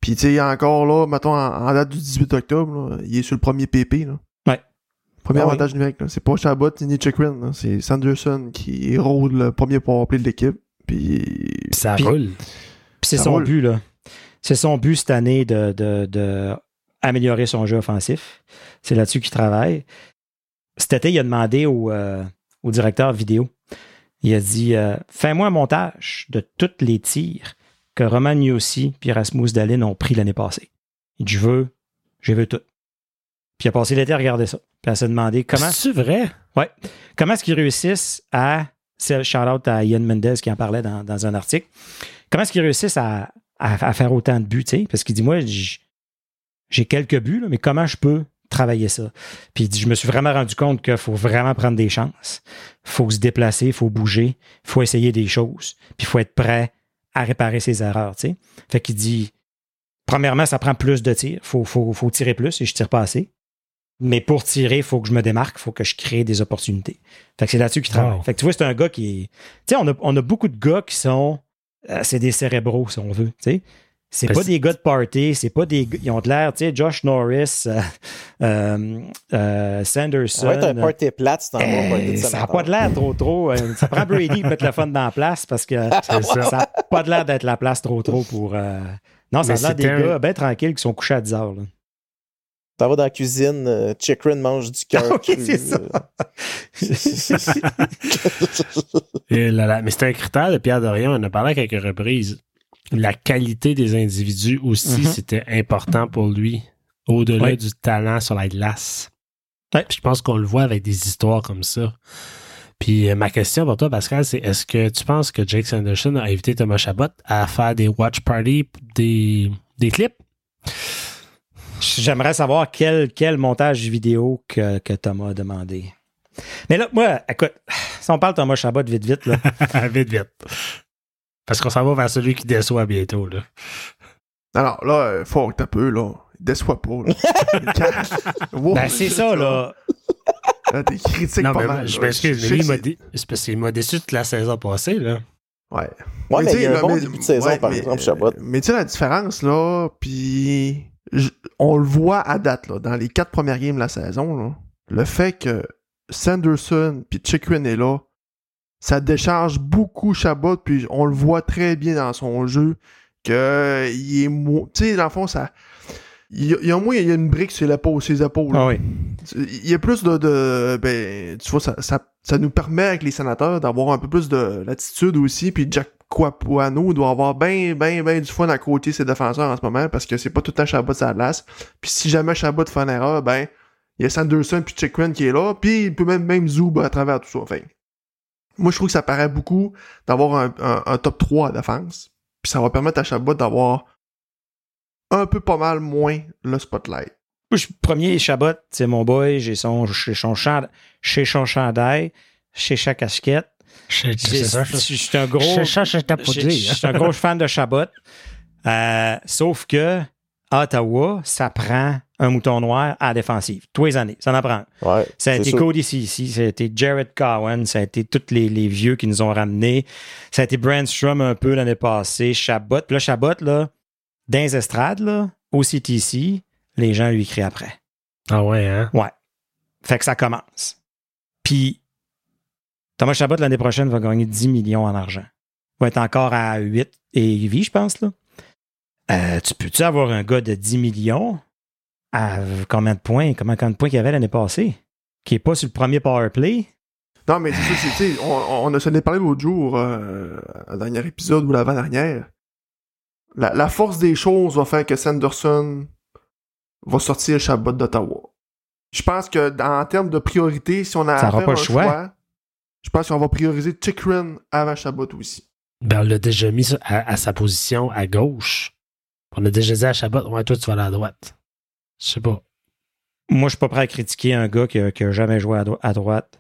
S2: Puis, tu sais, encore là, mettons, en, en date du 18 octobre, là, il est sur le premier PP, là.
S4: Ouais.
S2: Premier
S3: Ah oui.
S2: avantage numérique, là. C'est pas Chabot ni Chikrin, là. C'est Sanderson qui rôde le premier powerplay de l'équipe. Puis,
S1: Puis ça
S4: Puis-
S1: roule.
S4: Puis c'est
S2: Ça
S4: son
S2: roule.
S4: but, là. C'est son but cette année de, de- de améliorer son jeu offensif. C'est là-dessus qu'il travaille. Cet été, il a demandé au, euh, au directeur vidéo. Il a dit euh, Fais-moi un montage de tous les tirs que Roman Miossi et Rasmus Dalin ont pris l'année passée. Il dit Je veux, je veux tout. Puis il a passé l'été à regarder ça. Puis à se demander comment
S1: C'est vrai?
S4: comment est-ce qu'ils réussissent à. C'est shout out à Ian Mendez qui en parlait dans, dans un article. Comment est-ce qu'ils réussissent à, à- à faire autant de buts, tu sais? Parce qu'il dit, moi, j- j'ai quelques buts, là, mais comment je peux travailler ça? Puis il dit, je me suis vraiment rendu compte qu'il faut vraiment prendre des chances. faut se déplacer, faut bouger, faut essayer des choses, puis faut être prêt à réparer ses erreurs, tu sais? Fait qu'il dit, premièrement, ça prend plus de tirs, faut, faut, faut tirer plus et je tire pas assez. Mais pour tirer, il faut que je me démarque, il faut que je crée des opportunités. Fait que c'est là-dessus qu'il travaille.
S1: Wow.
S4: Fait que tu vois, c'est un gars qui est. Tu sais, on a, on a beaucoup de gars qui sont. euh, c'est des cérébraux, si on veut. Tu sais, c'est
S1: Parce-
S4: pas des gars de party, c'est pas des. gars- Ils ont de l'air, tu sais, Josh Norris, euh, euh, euh, Sanderson.
S3: Ça va être un party plate, c'est en
S4: Euh,
S3: bas, party de
S4: ça n'a
S3: sénateur.
S4: pas de l'air trop trop. euh, ça prend Brady pour mettre le fun dans la place parce que
S3: Ah,
S1: C'est ça.
S4: ça n'a pas de l'air d'être la place trop trop pour. euh, Non, ça
S1: Mais
S4: a l'air des
S1: c'était un-
S4: gars bien tranquilles qui sont couchés à 10 heures. là.
S3: Ça va dans la cuisine, euh, Chikrin mange du cœur.
S4: Ah, Ok,
S3: cru,
S4: c'est ça.
S3: euh.
S1: Et là, là. Mais c'est un critère de Pierre Dorion, on en a parlé à quelques reprises. La qualité des individus aussi,
S4: Mhm.
S1: c'était important pour lui, au-delà
S4: Oui.
S1: du talent sur la glace.
S4: Ouais.
S1: Puis Je pense qu'on le voit avec des histoires comme ça. Puis euh, ma question pour toi, Pascal, c'est est-ce que tu penses que Jake Sanderson a invité Thomas Chabot à faire des watch parties, des, des clips?
S4: J'aimerais savoir quel, quel montage vidéo que, que Thomas a demandé. Mais là, moi, écoute, si on parle de Thomas Chabot vite, vite, là,
S1: vite, vite. Parce qu'on s'en va vers celui qui déçoit bientôt. Là.
S2: Alors là, euh, fuck, t'as peu, là. Déçois pas, là. Wow,
S4: ben, c'est ça, là.
S2: Euh, T'es critique
S1: Non,
S2: pas
S1: mais
S2: mal.
S1: moi,
S2: là.
S1: je m'excuse, mais
S2: sais
S1: lui,
S2: que
S1: il m'a
S2: c'est-
S1: dé- c'est parce qu'il m'a déçu toute la saison passée. Là.
S2: Ouais.
S3: Ouais, mais il y
S2: tu
S3: a
S2: sais,
S3: un bon
S2: mais-
S3: début de saison,
S2: ouais,
S3: par
S2: mais-
S3: exemple, Chabot.
S2: Mais tu sais, la différence, là, puis je- on le voit à date, là, dans les quatre premières games de la saison, là, le fait que Sanderson puis Chikrin est là, ça décharge beaucoup Chabot, puis on le voit très bien dans son jeu, que il est... mo- Tu sais, dans le fond, ça... Il y a- il y a au moins il y a une brique sur l'épaule, ses épaules. là.
S4: Ah oui.
S2: Il y a plus de, de- ben, tu vois, ça, ça, ça nous permet avec les sénateurs d'avoir un peu plus de latitude aussi, puis Jack Quapuano doit avoir ben, ben, ben du fun à côté ses défenseurs en ce moment, parce que c'est pas tout le temps Chabot de sa place, puis si jamais Chabot fait une erreur, ben, il y a Sanderson puis Chikrin qui est là, puis il peut même, même Zoub à travers tout ça, Fait que moi je trouve que ça paraît beaucoup d'avoir un, un- un top 3 à défense, puis ça va permettre à Chabot d'avoir un peu pas mal moins le spotlight.
S4: Moi, je suis premier Chabot, c'est mon boy, j'ai son, j'ai son, chan- j'ai son chandail, j'ai sa casquette. J'ai- Je je suis un gros. Je je suis un gros fan de Chabot. Euh, sauf que à Ottawa, ça prend un mouton noir à la défensive. Tous les années, ça en prend.
S3: Ouais,
S4: Ça a
S3: c'est
S4: été
S3: sûr.
S4: Cody Ceci, ça a été Jared Cowan, ça a été tous les, les vieux qui nous ont ramenés. Ça a été Brandstrom un peu l'année passée, Chabot. Puis là, Chabot, là, dans les estrades, là, au CTC, les gens lui crient après.
S1: Ah ouais, hein?
S4: Fait que ça commence. Puis, Thomas Chabot, l'année prochaine, va gagner 10 millions en argent. Va être encore à 8 et 8, je pense. Là. Euh, tu peux-tu avoir un gars de 10 millions à combien de points, comment, combien de points qu'il y avait l'année passée? Qui n'est pas sur le premier power play?
S2: Non, mais c'est ça, c'est, tu sais, on, on a s'en est parlé l'autre jour, euh, au dernier épisode ou l'avant-dernière. La, la force des choses va faire que Sanderson va sortir Chabot d'Ottawa. Je pense que, dans, en termes de priorité, si on a
S4: Ça
S2: à
S4: aura
S2: faire
S4: pas
S2: un
S4: le choix.
S2: je pense qu'on va prioriser Chikrin avant Chabot aussi.
S1: Ben, on l'a déjà mis sur- à, à sa position à gauche. On a déjà dit à Chabot, ouais, toi, tu vas aller à droite. Je sais pas.
S4: Moi, je suis pas prêt à critiquer un gars qui n'a jamais joué à, dro- à droite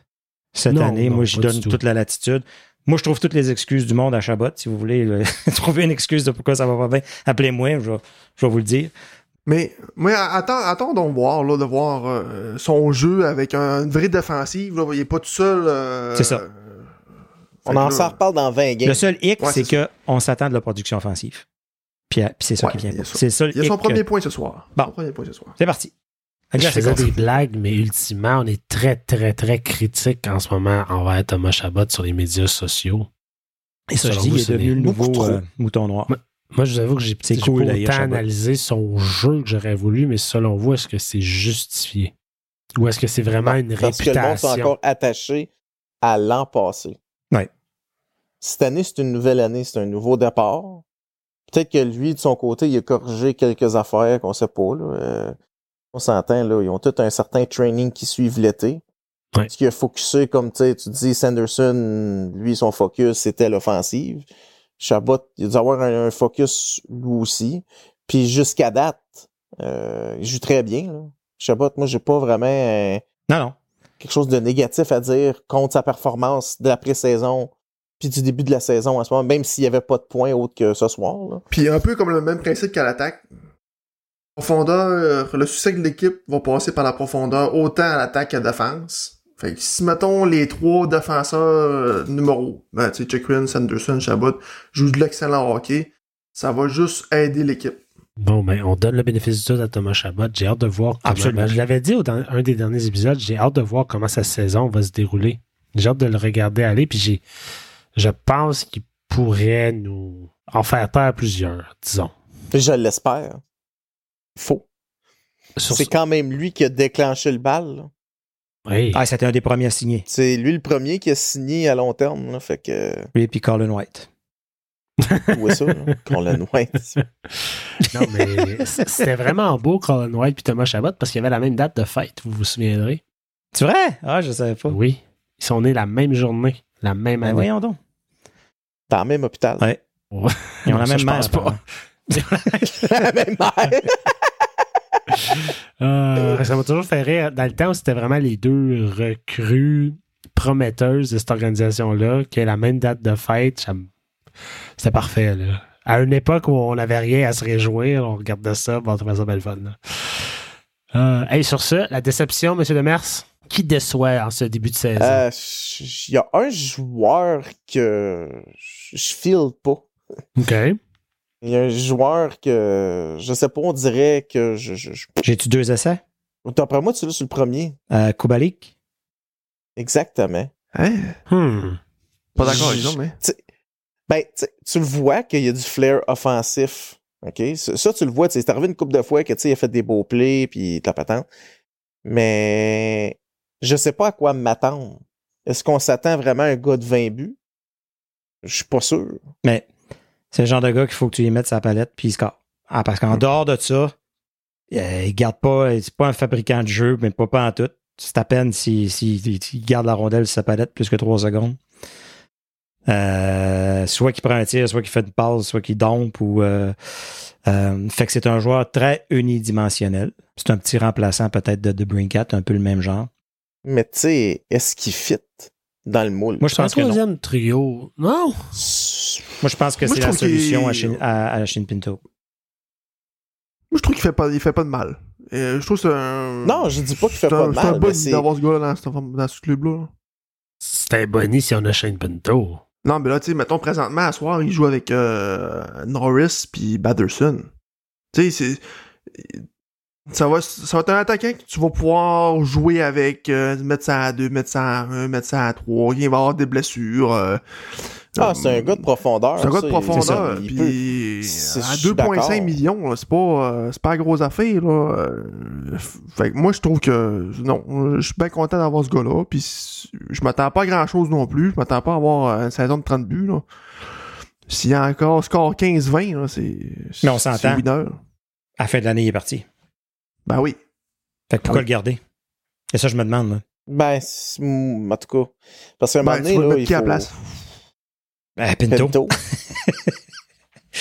S4: cette
S1: Non,
S4: année.
S1: non,
S4: Moi, je
S1: pas du
S4: donne
S1: tout.
S4: toute la latitude. Moi, je trouve toutes les excuses du monde à Chabot. Si vous voulez là, trouver une excuse de pourquoi ça va pas bien, appelez-moi, je vais- je vais vous le dire.
S2: Mais, mais a- attends, attends donc voir, là, de voir euh, son jeu avec un- une vraie défensive. Là, il est pas tout seul. euh,
S4: C'est ça.
S2: euh, fait
S3: On
S2: que
S3: en
S2: là-
S3: s'en reparle dans 20 games.
S4: Le seul hic,
S2: Ouais,
S4: c'est
S2: c'est
S4: que on s'attend de la production offensive. Puis, euh, puis c'est ça
S2: Ouais,
S4: qui vient.
S2: il y a
S4: pas.
S2: ça.
S4: C'est ça le
S2: Il a son
S4: hic.
S2: premier point ce soir.
S4: Bon.
S2: Son premier point ce soir.
S4: C'est parti. Fait que
S1: Je
S4: là, c'est
S1: faisais
S4: parti.
S1: des blagues, mais ultimement, on est très, très, très critique en ce moment envers Thomas Chabot sur les médias sociaux.
S4: Et ça, je
S1: Selon
S4: dis,
S1: vous,
S4: il est
S1: c'est des-
S4: devenu le
S3: beaucoup
S4: nouveau
S3: trop.
S4: euh, mouton noir.
S1: Moi, je vous avoue que j'ai
S4: C'est
S1: j'ai
S4: cool,
S1: pas
S4: d'ailleurs,
S1: autant
S4: Chabot.
S1: analysé son jeu que j'aurais voulu, mais selon vous, est-ce que c'est justifié? Ou est-ce que c'est vraiment
S4: Ben,
S1: une
S3: Parce que le monde sont
S1: réputation?
S3: encore attachés à l'an passé.
S4: Ouais.
S3: Cette année, c'est une nouvelle année, c'est un nouveau départ. Peut-être que lui, de son côté, il a corrigé quelques affaires qu'on sait pas. là. Euh, on s'entend, là, ils ont tout un certain training qui suivent l'été.
S1: Ouais.
S3: Ce qui a focusé, comme tu sais, tu dis, Sanderson, lui, son focus, c'était l'offensive. Chabot, il a dû avoir un, un focus lui aussi. Puis jusqu'à date, euh, il joue très bien. Là. Chabot, moi, j'ai pas vraiment... euh,
S4: Non, non.
S3: quelque chose de négatif à dire contre sa performance de la pré-saison puis du début de la saison en ce moment, même s'il n'y avait pas de points autres que ce soir. là.
S2: Puis un peu comme le même principe qu'à l'attaque. profondeur, euh, le succès de l'équipe va passer par la profondeur autant à l'attaque qu'à la défense. Fait que si, mettons, les trois défenseurs euh, numéro, ben, tu sais, Chikrin, Sanderson, Chabot, jouent de l'excellent hockey, ça va juste aider l'équipe.
S1: Bon, ben, on donne le bénéfice du doute à Thomas Chabot. J'ai hâte de voir. Comment,
S4: Absolument.
S1: ben, je l'avais dit au dans un des derniers épisodes, j'ai hâte de voir comment sa saison va se dérouler. J'ai hâte de le regarder aller, puis j'ai, je pense qu'il pourrait nous en faire taire plusieurs, disons.
S3: Je l'espère. Faux.
S1: Sur
S3: C'est quand même lui qui a déclenché le bal. là.
S1: Oui.
S4: Ah, c'était un des premiers à signer.
S3: C'est lui le premier qui a signé à long terme. là, fait que,
S4: Lui puis Colin White.
S3: où est ça? là? Qu'on le noie.
S1: Non, mais c'était vraiment beau, Colin White puis Thomas Chabot, parce qu'il y avait la même date de fête, vous vous souviendrez.
S4: C'est vrai? Ah, je savais pas.
S1: Oui. Ils sont nés la même journée, la même
S4: Ben,
S1: année.
S4: voyons donc.
S3: Dans le même hôpital.
S4: Ouais. Ils ont la
S1: Ça,
S4: même
S1: je
S4: mère.
S1: pense pas.
S4: apparemment.
S3: La même mère.
S1: Euh, ça m'a toujours fait rire. Dans le temps, où c'était vraiment les deux recrues prometteuses de cette organisation-là qui a la même date de fête. ça me- C'était parfait. là. À une époque où on n'avait rien à se réjouir, on regardait ça, bon, on trouvait ça belle fun. là. Euh, hey, sur ce, la déception, M. Demers, qui déçoit en ce début de saison?
S3: Euh, j- Il y a un joueur que je je file pas.
S1: OK.
S3: Il y a un joueur que, je sais pas, on dirait que je. je, je-
S4: J'ai-tu deux essais?
S3: D'après moi, tu l'as sur le premier.
S4: Euh, Kubalik?
S3: Exactement.
S2: Hein?
S1: Hmm.
S2: Pas d'accord avec
S3: Je-
S2: ça, mais.
S3: Ben, tu sais, tu le vois qu'il y a du flair offensif. OK? Ça, ça, tu le vois. tu sais, C'est arrivé une couple de fois que, tu sais, il a fait des beaux plays puis de la patente. Mais je sais pas à quoi m'attendre. Est-ce qu'on s'attend vraiment à un gars de 20 buts? Je suis pas sûr.
S4: Mais c'est le genre de gars qu'il faut que tu lui mettes sa palette puis il score. Ah, parce qu'en dehors de ça, euh, il garde pas, c'est pas un fabricant de jeu, mais pas, pas en tout. C'est à peine s'il si, s'il garde la rondelle sur sa palette plus que trois secondes. Euh, soit qu'il prend un tir, soit qu'il fait une passe, soit qu'il dompe. Ou, euh, euh, fait que c'est un joueur très unidimensionnel. C'est un petit remplaçant peut-être de, de Brinkat, un peu le même genre.
S3: Mais tu sais, est-ce qu'il fit dans le moule?
S4: Moi, je
S1: Un
S4: pense que non.
S1: troisième trio. Non.
S4: Moi, je pense que
S2: Moi,
S4: c'est
S2: je
S4: la
S2: trouve qu'il-
S4: solution à Shin, à, à Shin Pinto.
S2: Moi, je trouve qu'il fait pas, il fait pas de mal. Euh, je trouve que c'est un.
S3: Non, je dis pas qu'il fait
S2: C'est
S3: pas
S2: un-
S3: de
S2: C'est un
S3: mal, mais
S2: bon
S3: c'est...
S2: d'avoir ce gars-là dans, ce- dans ce club-là. là.
S1: C'était bonnie si on a Shane Pinto.
S2: Non, mais là, tu sais, mettons, présentement, à soir, il joue avec euh, Norris puis Batterson. Tu sais, c'est... Ça va, ça va être un attaquant que tu vas pouvoir jouer avec, euh, mettre ça à 2, mettre ça à 1, mettre ça à 3. Il va y avoir des blessures. euh,
S3: Ah,
S2: euh,
S3: c'est un gars de profondeur.
S2: C'est un gars
S3: Ah, ça,
S2: de
S3: il-
S2: profondeur. euh,
S3: c'est ça, il peut-
S2: Puis euh,
S3: C'est-
S2: à
S3: je suis d'accord.
S2: 2,5 millions, là, c'est pas, euh, c'est pas la grosse affaire. Là. Euh, Fait que moi, je trouve que non, euh, je suis bien content d'avoir ce gars-là. Puis si- je m'attends pas à grand-chose non plus. Je m'attends pas à avoir euh, une saison de 30 buts. là. S'il y a encore score 15-20, là, c'est.
S4: Mais on
S2: c'est
S4: s'entend.
S2: winner.
S4: À la fin de l'année, il est parti.
S2: Ben oui.
S4: Fait que
S2: Ah
S4: pourquoi
S2: oui.
S4: le garder? Et ça, je me demande. là.
S3: Ben, c'est- mm, en tout cas. Parce qu'à un
S2: Ben,
S3: moment
S2: tu
S3: donné,
S2: vas le
S3: là,
S2: mettre
S3: il
S2: qui à la
S3: faut-
S2: place?
S4: Ah, Pinto.
S3: Pinto.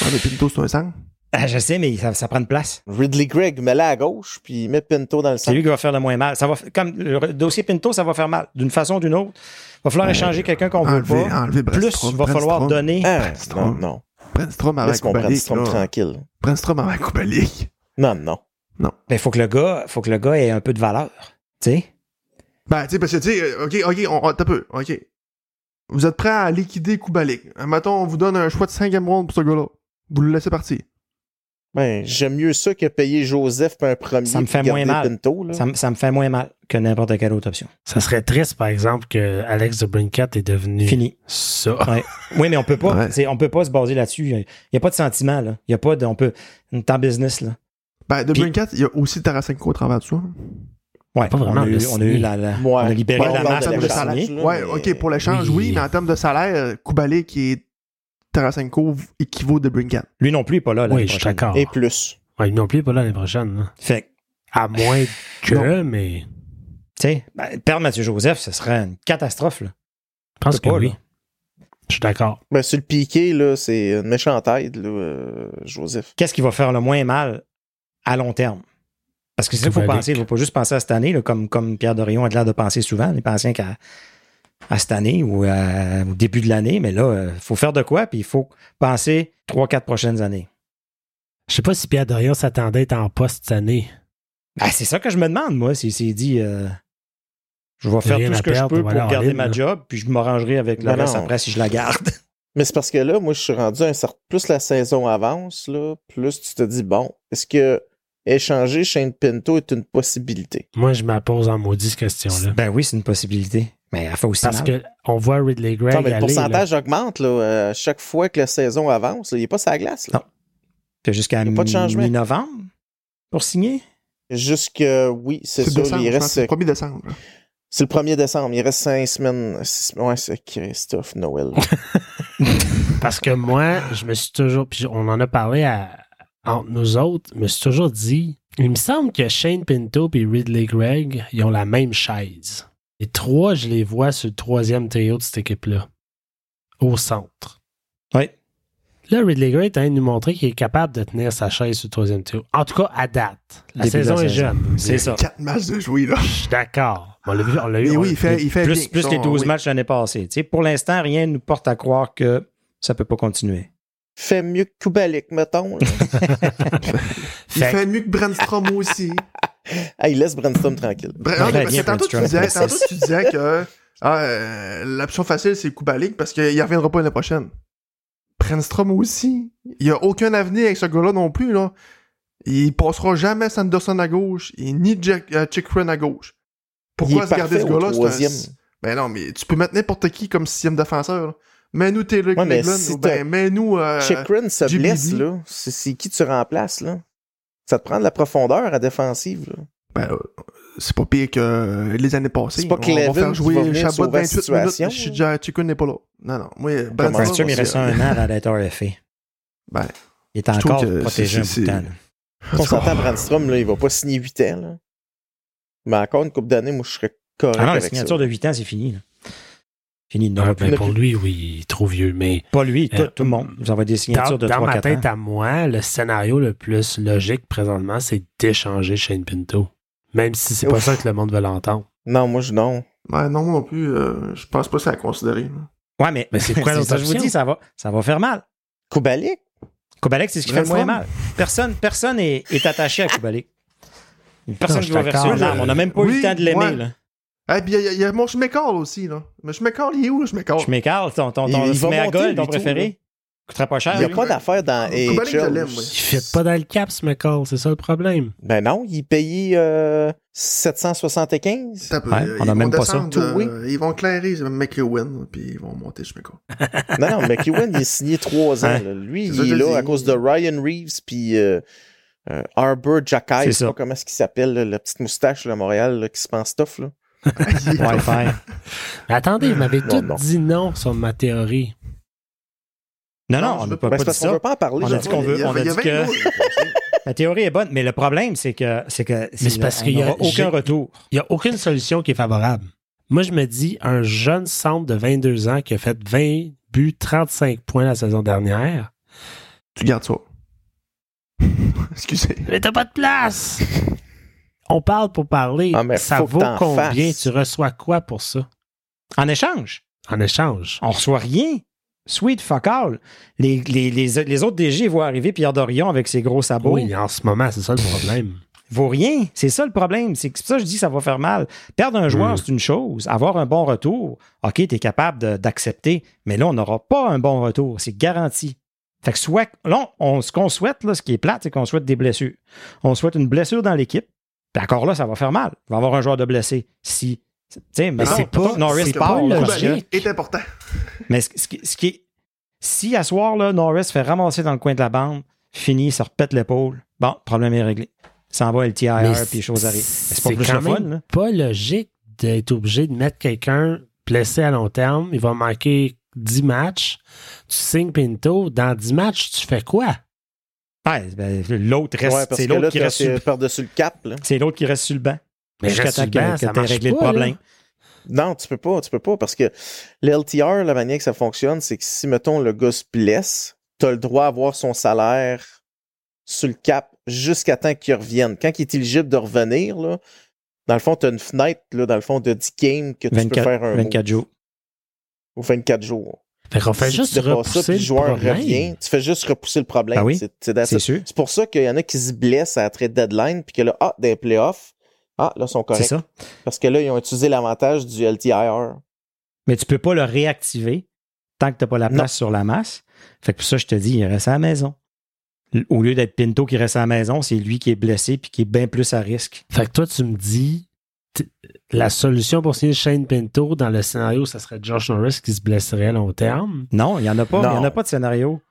S2: Ah, mais Pinto, c'est un sang.
S4: Ah, je sais, mais ça, ça prend de place.
S3: Ridley Gregg, mets la à gauche, puis il met Pinto dans le
S4: C'est
S3: centre.
S4: lui qui va faire le moins mal. Ça va, f- comme le re- dossier Pinto, ça va faire mal. D'une façon ou d'une autre. Il va falloir échanger quelqu'un qu'on veut
S2: Enlever,
S4: pas.
S2: enlever
S4: Plus,
S2: Brandstrom,
S4: il va falloir
S2: Brandstrom.
S4: donner.
S3: Ah, non,
S2: Brandstrom.
S3: non.
S2: Brandstrom
S3: Laisse
S2: Ah, avec
S3: qu'on prenne
S2: Kubalik.
S3: Strom
S2: là.
S3: tranquille.
S2: Brandstrom avec Kubalik.
S3: Non, non.
S4: Mais faut que le gars, faut que le gars ait un peu de valeur. Tu sais?
S2: Ben, tu sais, parce que, tu sais, euh, OK, OK, on, on- t'as peu, OK. Vous êtes prêts à liquider Kubalik. Euh, Mettons, on vous donne un choix de 5 round pour ce gars-là. Vous le laissez partir.
S3: Ben, j'aime mieux ça que payer Joseph pour un premier.
S4: Ça me fait
S3: puis
S4: moins
S3: garder
S4: mal.
S3: Pinto, là.
S4: Ça, me- ça me fait moins mal que n'importe quelle autre option.
S1: Ça serait triste, par exemple, que Alex de Brincat est devenu
S4: Fini.
S1: ça.
S4: Oui, mais on peut pas.
S2: Ouais.
S4: c'est- On peut pas se baser là-dessus. Il n'y a pas de sentiment, là. Il n'y a pas de. On peut. On est en business, là.
S2: Ben, de
S4: Puis-
S2: Brincat, il y a aussi Tarasenko au travers de ça.
S4: Ouais,
S1: Pas vraiment,
S4: on a eu,
S1: le
S4: on a eu
S1: signer.
S4: la, la-
S3: Ouais.
S4: on a libéré
S3: Ouais,
S4: la
S3: on
S2: en
S3: parle
S4: masse
S3: de
S2: termes
S4: pour
S2: de
S4: le
S3: salaire,
S4: signer.
S2: salaire.
S3: là,
S2: Ouais,
S3: mais-
S2: OK, pour l'échange,
S1: Oui.
S2: oui. mais en termes de salaire, Kubalik et Tarasenko v- équivaut de Brincat.
S4: Lui non plus est pas là. l'année
S1: Oui, je suis
S4: prochaine.
S1: d'accord.
S3: Et plus.
S1: Ouais, non plus, pas l'année prochaine. hein.
S4: Fait que
S1: À moins que, mais
S4: Tu sais, ben, perdre Mathieu Joseph, ce serait une catastrophe. Là.
S1: je pense que
S4: Peut pas,
S1: oui.
S4: là.
S1: Je suis d'accord.
S3: Ben, sur le piqué, là, c'est une méchante aide, là, euh, Joseph.
S4: Qu'est-ce qui va faire le moins mal à long terme? Parce que c'est ça qu'il faut
S1: Kubalik.
S4: penser. Il ne faut pas juste penser à cette année, là, comme, comme Pierre Dorion a l'air de penser souvent. Il pense rien qu'à à cette année ou à- au euh, début de l'année. Mais là, il faut faire de quoi, puis il faut penser 3-4 prochaines années.
S1: Je sais pas si Pierre Dorian s'attendait à être en poste cette année.
S4: Ben, c'est ça que je me demande, moi, s'il s'est dit euh, je vais faire
S1: Rien
S4: tout
S1: à
S4: ce que je
S1: perdre,
S4: peux
S1: on va
S4: pour
S1: aller en
S4: garder
S1: ligne,
S4: ma
S1: là.
S4: job, puis je m'arrangerai avec le
S3: Ben
S4: reste
S3: non.
S4: après si je la garde.
S3: Mais c'est parce que là, moi, je suis rendu à un certain. Plus la saison avance, là, plus tu te dis, bon, est-ce que échanger Shane Pinto est une possibilité?
S1: Moi, je me pose en maudit cette question-là.
S4: ben oui, c'est une possibilité. Mais elle fait aussi
S1: Parce
S4: mal.
S1: que on voit Ridley Gregg
S3: Non, mais le
S1: Ben, aller, là.
S3: pourcentage augmente là, euh, chaque fois que la saison avance. là. il n'est pas sur la glace. là.
S4: Non. Puis jusqu'à
S3: y a pas de changement.
S4: mi-novembre pour signer.
S3: Jusque, oui, c'est ça.
S2: décembre,
S3: il
S2: je pense,
S3: reste,
S2: c'est le 1er décembre.
S3: c'est le 1er décembre. Il reste cinq semaines. six- ouais, c'est Christophe Noël.
S1: Parce que moi, je me suis toujours. Puis on en a parlé à- entre nous autres. Je me suis toujours dit. Il me semble que Shane Pinto et Ridley Gregg, ils ont la même chaise. Les trois, je les vois sur le troisième trio de cette équipe-là. Au centre.
S4: Oui.
S1: Là, Ridley Gregg est en train de nous montrer qu'il est capable de tenir sa chaise sur le troisième trio. En tout cas, à date. La
S4: Début de
S1: saison
S4: la
S1: est
S4: saison.
S1: jeune. vous me direz.
S4: C'est ça.
S2: 4 matchs de jouer, là.
S1: Je suis d'accord. On l'a vu- on l'a eu.
S2: Mais
S1: on
S2: oui,
S1: l'a-
S2: il fait, il fait bien.
S4: Plus, plus
S2: Son-
S4: les 12
S2: oui.
S4: matchs l'année passée. Tu sais, pour l'instant, rien ne nous porte à croire que ça ne peut pas continuer.
S3: Fait mieux que Kubalik, mettons. là.
S2: Il
S1: Fait-
S2: fait mieux que Brandstrom aussi.
S3: hey, laisse Brandstrom tranquille.
S2: Bra- non, mais parce
S4: bien,
S2: que ben, tantôt, tu
S4: Brandstrom.
S2: disais, tantôt, tu disais que ah, euh, l'option facile, c'est Kubalik parce qu'il reviendra pas l'année prochaine. Brandstrom aussi. Il y a aucun avenir avec ce gars-là non plus, là. Il passera jamais Sanderson à gauche et ni Jack, euh, Chick Wren à gauche.
S3: Il
S2: Pourquoi
S3: est
S2: se garder ce
S3: parfait au
S2: gars-là? C'est
S3: troisième.
S2: un- Ben non, mais tu peux mettre n'importe qui comme sixième défenseur. là. Mets-nous Taylor
S3: Ouais, mais
S2: Cleveland
S3: si
S2: ou ben
S3: t'as-
S2: mets-nous... euh,
S3: Chikrin se
S2: JBD.
S3: blesse, là. C'est- C'est qui tu remplaces, là? Ça te prend de la profondeur à défensive, là.
S2: Ben, euh, c'est pas pire que euh, les années passées.
S3: C'est pas
S2: On
S3: Clavin
S2: va faire
S3: qui
S2: jouer
S3: va venir
S2: Chabot
S3: sauver la
S2: 28
S3: situation,
S2: minutes. Je suis déjà, Chicken n'est pas là. Non, non. Moi,
S3: Comment
S2: Brandstrom,
S4: Brandstrom, il
S2: c'est-
S4: reste un an avant d'être RFA.
S2: Ben,
S4: Il est
S2: je trouve
S4: encore
S2: que
S4: protégé un bout
S2: c'est-
S4: de
S2: c'est-
S4: temps. là.
S3: On s'entend, Brandstrom, là, il va pas signer 8 ans, là. Mais encore une coupe d'années, moi, je serais correct
S4: Ah non, la
S3: avec ça.
S4: signature de 8 ans, c'est fini. là. Fini. Il n'aura
S1: Ah,
S4: plus.
S1: ben, pour lui, oui, il est trop vieux, mais.
S4: Pas lui, tout,
S1: Euh,
S4: tout le monde. Vous envoyez des
S1: Dans,
S4: signatures de
S1: dans ma
S4: 3-4 ans.
S1: tête à moi, le scénario le plus logique présentement, c'est d'échanger Shane Pinto. Même si c'est pas
S3: Ouf.
S1: ça que le monde veut l'entendre.
S3: Non, moi, je non.
S2: ouais, Ben, non, moi non plus, euh, je pense pas que c'est à considérer. là.
S4: Ouais, mais,
S1: Mais c'est quoi l'autre
S4: ça, je vous
S1: option?
S4: dis, ça va, ça va faire mal.
S3: Kubalik?
S4: Kubalik, c'est ce qui fait le moins mal.
S2: Brandstrom.
S4: Personne, personne est, est attaché à Kubalik.
S1: Non,
S4: Personne
S1: je
S4: qui va
S1: suis
S4: verser
S1: d'accord.
S4: une larme. On n'a même pas eu
S2: Oui,
S4: le temps de l'aimer.
S2: ouais.
S4: là.
S2: Eh, puis il y a- il y, a mon Schmeckall aussi, là. Mais Schmeckall, il est où, le Schmeckall?
S4: Je m'écarte. Ton, ton,
S3: Il-
S4: ton,
S3: il va
S4: mets à
S3: monter,
S4: gueule,
S3: lui,
S4: ton
S3: tout, là.
S4: préféré. Coûtera pas cher.
S3: Il n'y a
S4: lui.
S3: pas d'affaire dans
S2: Ah, Kubalik, je l'aime,
S3: AHL.
S2: moi.
S1: Il fit pas dans le cap, ce McCall, c'est ça le problème.
S3: Ben non, il payait euh, 775.
S2: Attends un peu,
S4: Ouais,
S2: euh,
S4: on
S2: ils
S4: a
S2: vont
S4: même pas ça.
S2: descendre,
S3: Tout, oui.
S2: euh, Ils vont clairer McEwen, puis ils vont monter Schmeckall.
S3: non, non, McEwen, il est signé 3 ans.
S4: Hein?
S3: là. Lui,
S2: C'est
S3: il
S2: ça, je
S3: est
S2: le
S3: là
S2: dis.
S3: à cause de Ryan Reeves, puis euh, euh, Arbor Jackai.
S4: C'est
S3: Je sais
S4: ça.
S3: pas comment est-ce qu'il s'appelle, là, la petite moustache là, à Montréal là, qui se pense tough. Là.
S4: Wi-Fi.
S1: Mais attendez, vous m'avez
S3: Non,
S1: tout
S3: non.
S1: dit non sur ma théorie.
S4: Non, non,
S2: Non,
S4: on
S2: je
S4: n'a
S2: veux
S4: pas, pas
S3: Ben, c'est
S4: dit
S3: parce qu'on veut
S4: ça.
S3: pas en parler.
S4: On a
S3: genre.
S4: dit qu'on veut-
S2: Il y a-
S4: on a
S2: il y
S4: dit
S2: avait
S4: que-
S2: une autre.
S4: La théorie est bonne, mais le problème, c'est que c'est que
S1: c'est parce
S4: on
S1: qu'il y a-
S4: n'aura
S1: j'ai-
S4: aucun retour.
S1: Il n'y a aucune solution qui est favorable. Moi, je me dis, un jeune centre de 22 ans qui a fait 20 buts, 35 points la saison dernière,
S2: Tu gardes ça. Excusez.
S1: mais t'as pas de place! On parle pour parler.
S3: Ah, mais
S1: ça
S3: faut que
S1: vaut
S3: t'en
S1: combien?
S3: fasses.
S1: Tu reçois quoi pour ça?
S4: En échange,
S1: En échange.
S4: on reçoit rien. Sweet fuck all. Les, les, les, les autres DG voient arriver Pierre Dorion avec ses gros sabots.
S1: Oui, en ce moment, c'est ça le problème.
S4: vaut rien. C'est ça le problème. C'est que- c'est pour ça que je dis que ça va faire mal. Perdre un joueur,
S1: Mm.
S4: c'est une chose. Avoir un bon retour, OK, tu es capable de- d'accepter, mais là, on n'aura pas un bon retour. C'est garanti. Fait que soit, là, on, ce qu'on souhaite, là, ce qui est plate, c'est qu'on souhaite des blessures. On souhaite une blessure dans l'équipe. Puis encore là, ça va faire mal. Il va y avoir un joueur de blessé. Si. Tu sais, mais
S2: c'est
S4: mettons
S1: pas-
S4: que Norris
S1: c'est
S4: part,
S1: pas Ben,
S4: là,
S1: logique.
S4: parce que-
S2: Kubalik est important.
S4: mais ce, ce qui- ce qui est. Si à soir, là, Norris se fait ramasser dans le coin de la bande, fini, se repète l'épaule, bon, problème est réglé. Ça va LTIR,
S1: Mais
S4: puis les choses arrivent. Mais C'est pas
S1: c'est
S4: plus
S1: quand
S4: le fun,
S1: même
S4: là.
S1: pas logique d'être obligé de mettre quelqu'un blessé à long terme. Il va manquer 10 matchs. Tu signes Pinto. Dans 10 matchs, tu fais quoi?
S4: Ouais, ben, l'autre reste.
S3: Ouais, parce
S4: c'est
S3: que
S4: l'autre
S3: là,
S4: qui
S3: t'as-
S4: reste. sur-
S3: t'es par-dessus le cap. Là.
S4: C'est l'autre qui reste sur le banc.
S1: Mais
S4: Jusqu'à
S1: reste
S4: temps
S1: sur
S4: que,
S1: le banc,
S4: que
S1: ça
S4: t'aies
S1: marche
S4: réglé
S1: pas,
S4: le problème.
S1: là.
S3: Non, tu peux pas, tu peux pas, parce que l'LTR, la manière que ça fonctionne, c'est que si, mettons, le gars se blesse, t'as le droit à avoir son salaire sur le cap jusqu'à temps qu'il revienne. Quand il est éligible de revenir, là, dans le fond, t'as une fenêtre, là, dans le fond, de 10 games que tu peux
S4: 24,
S3: faire un
S4: 24 jours.
S3: move, ou 24 jours.
S1: Fait qu'on fait
S3: si
S1: juste
S3: tu dépasses ça,
S1: repousser
S3: puis le joueur
S1: problème.
S3: revient, tu fais juste repousser le problème.
S4: Ah oui,
S3: C'est- c'est that's
S4: c'est
S3: it.
S4: sûr.
S3: C'est pour ça qu'il y en a qui se blessent à la trade deadline, puis que là, ah, des playoffs, ah, là, ils sont
S4: C'est
S3: corrects.
S4: ça.
S3: Parce que là, ils ont utilisé l'avantage du LTIR.
S4: Mais tu peux pas le réactiver tant que tu n'as pas la
S3: Non.
S4: place sur la masse. Fait que pour ça, je te dis, il reste à la maison. L- Au lieu d'être Pinto qui reste à la maison, c'est lui qui est blessé puis qui est bien plus à risque.
S1: Fait que toi, tu me dis, t- la solution pour signer Shane Pinto dans le scénario, ça serait Josh Norris qui se blesserait à long terme.
S4: Non, il n'y en a pas. Il
S3: Non.
S4: n'y en a pas de scénario.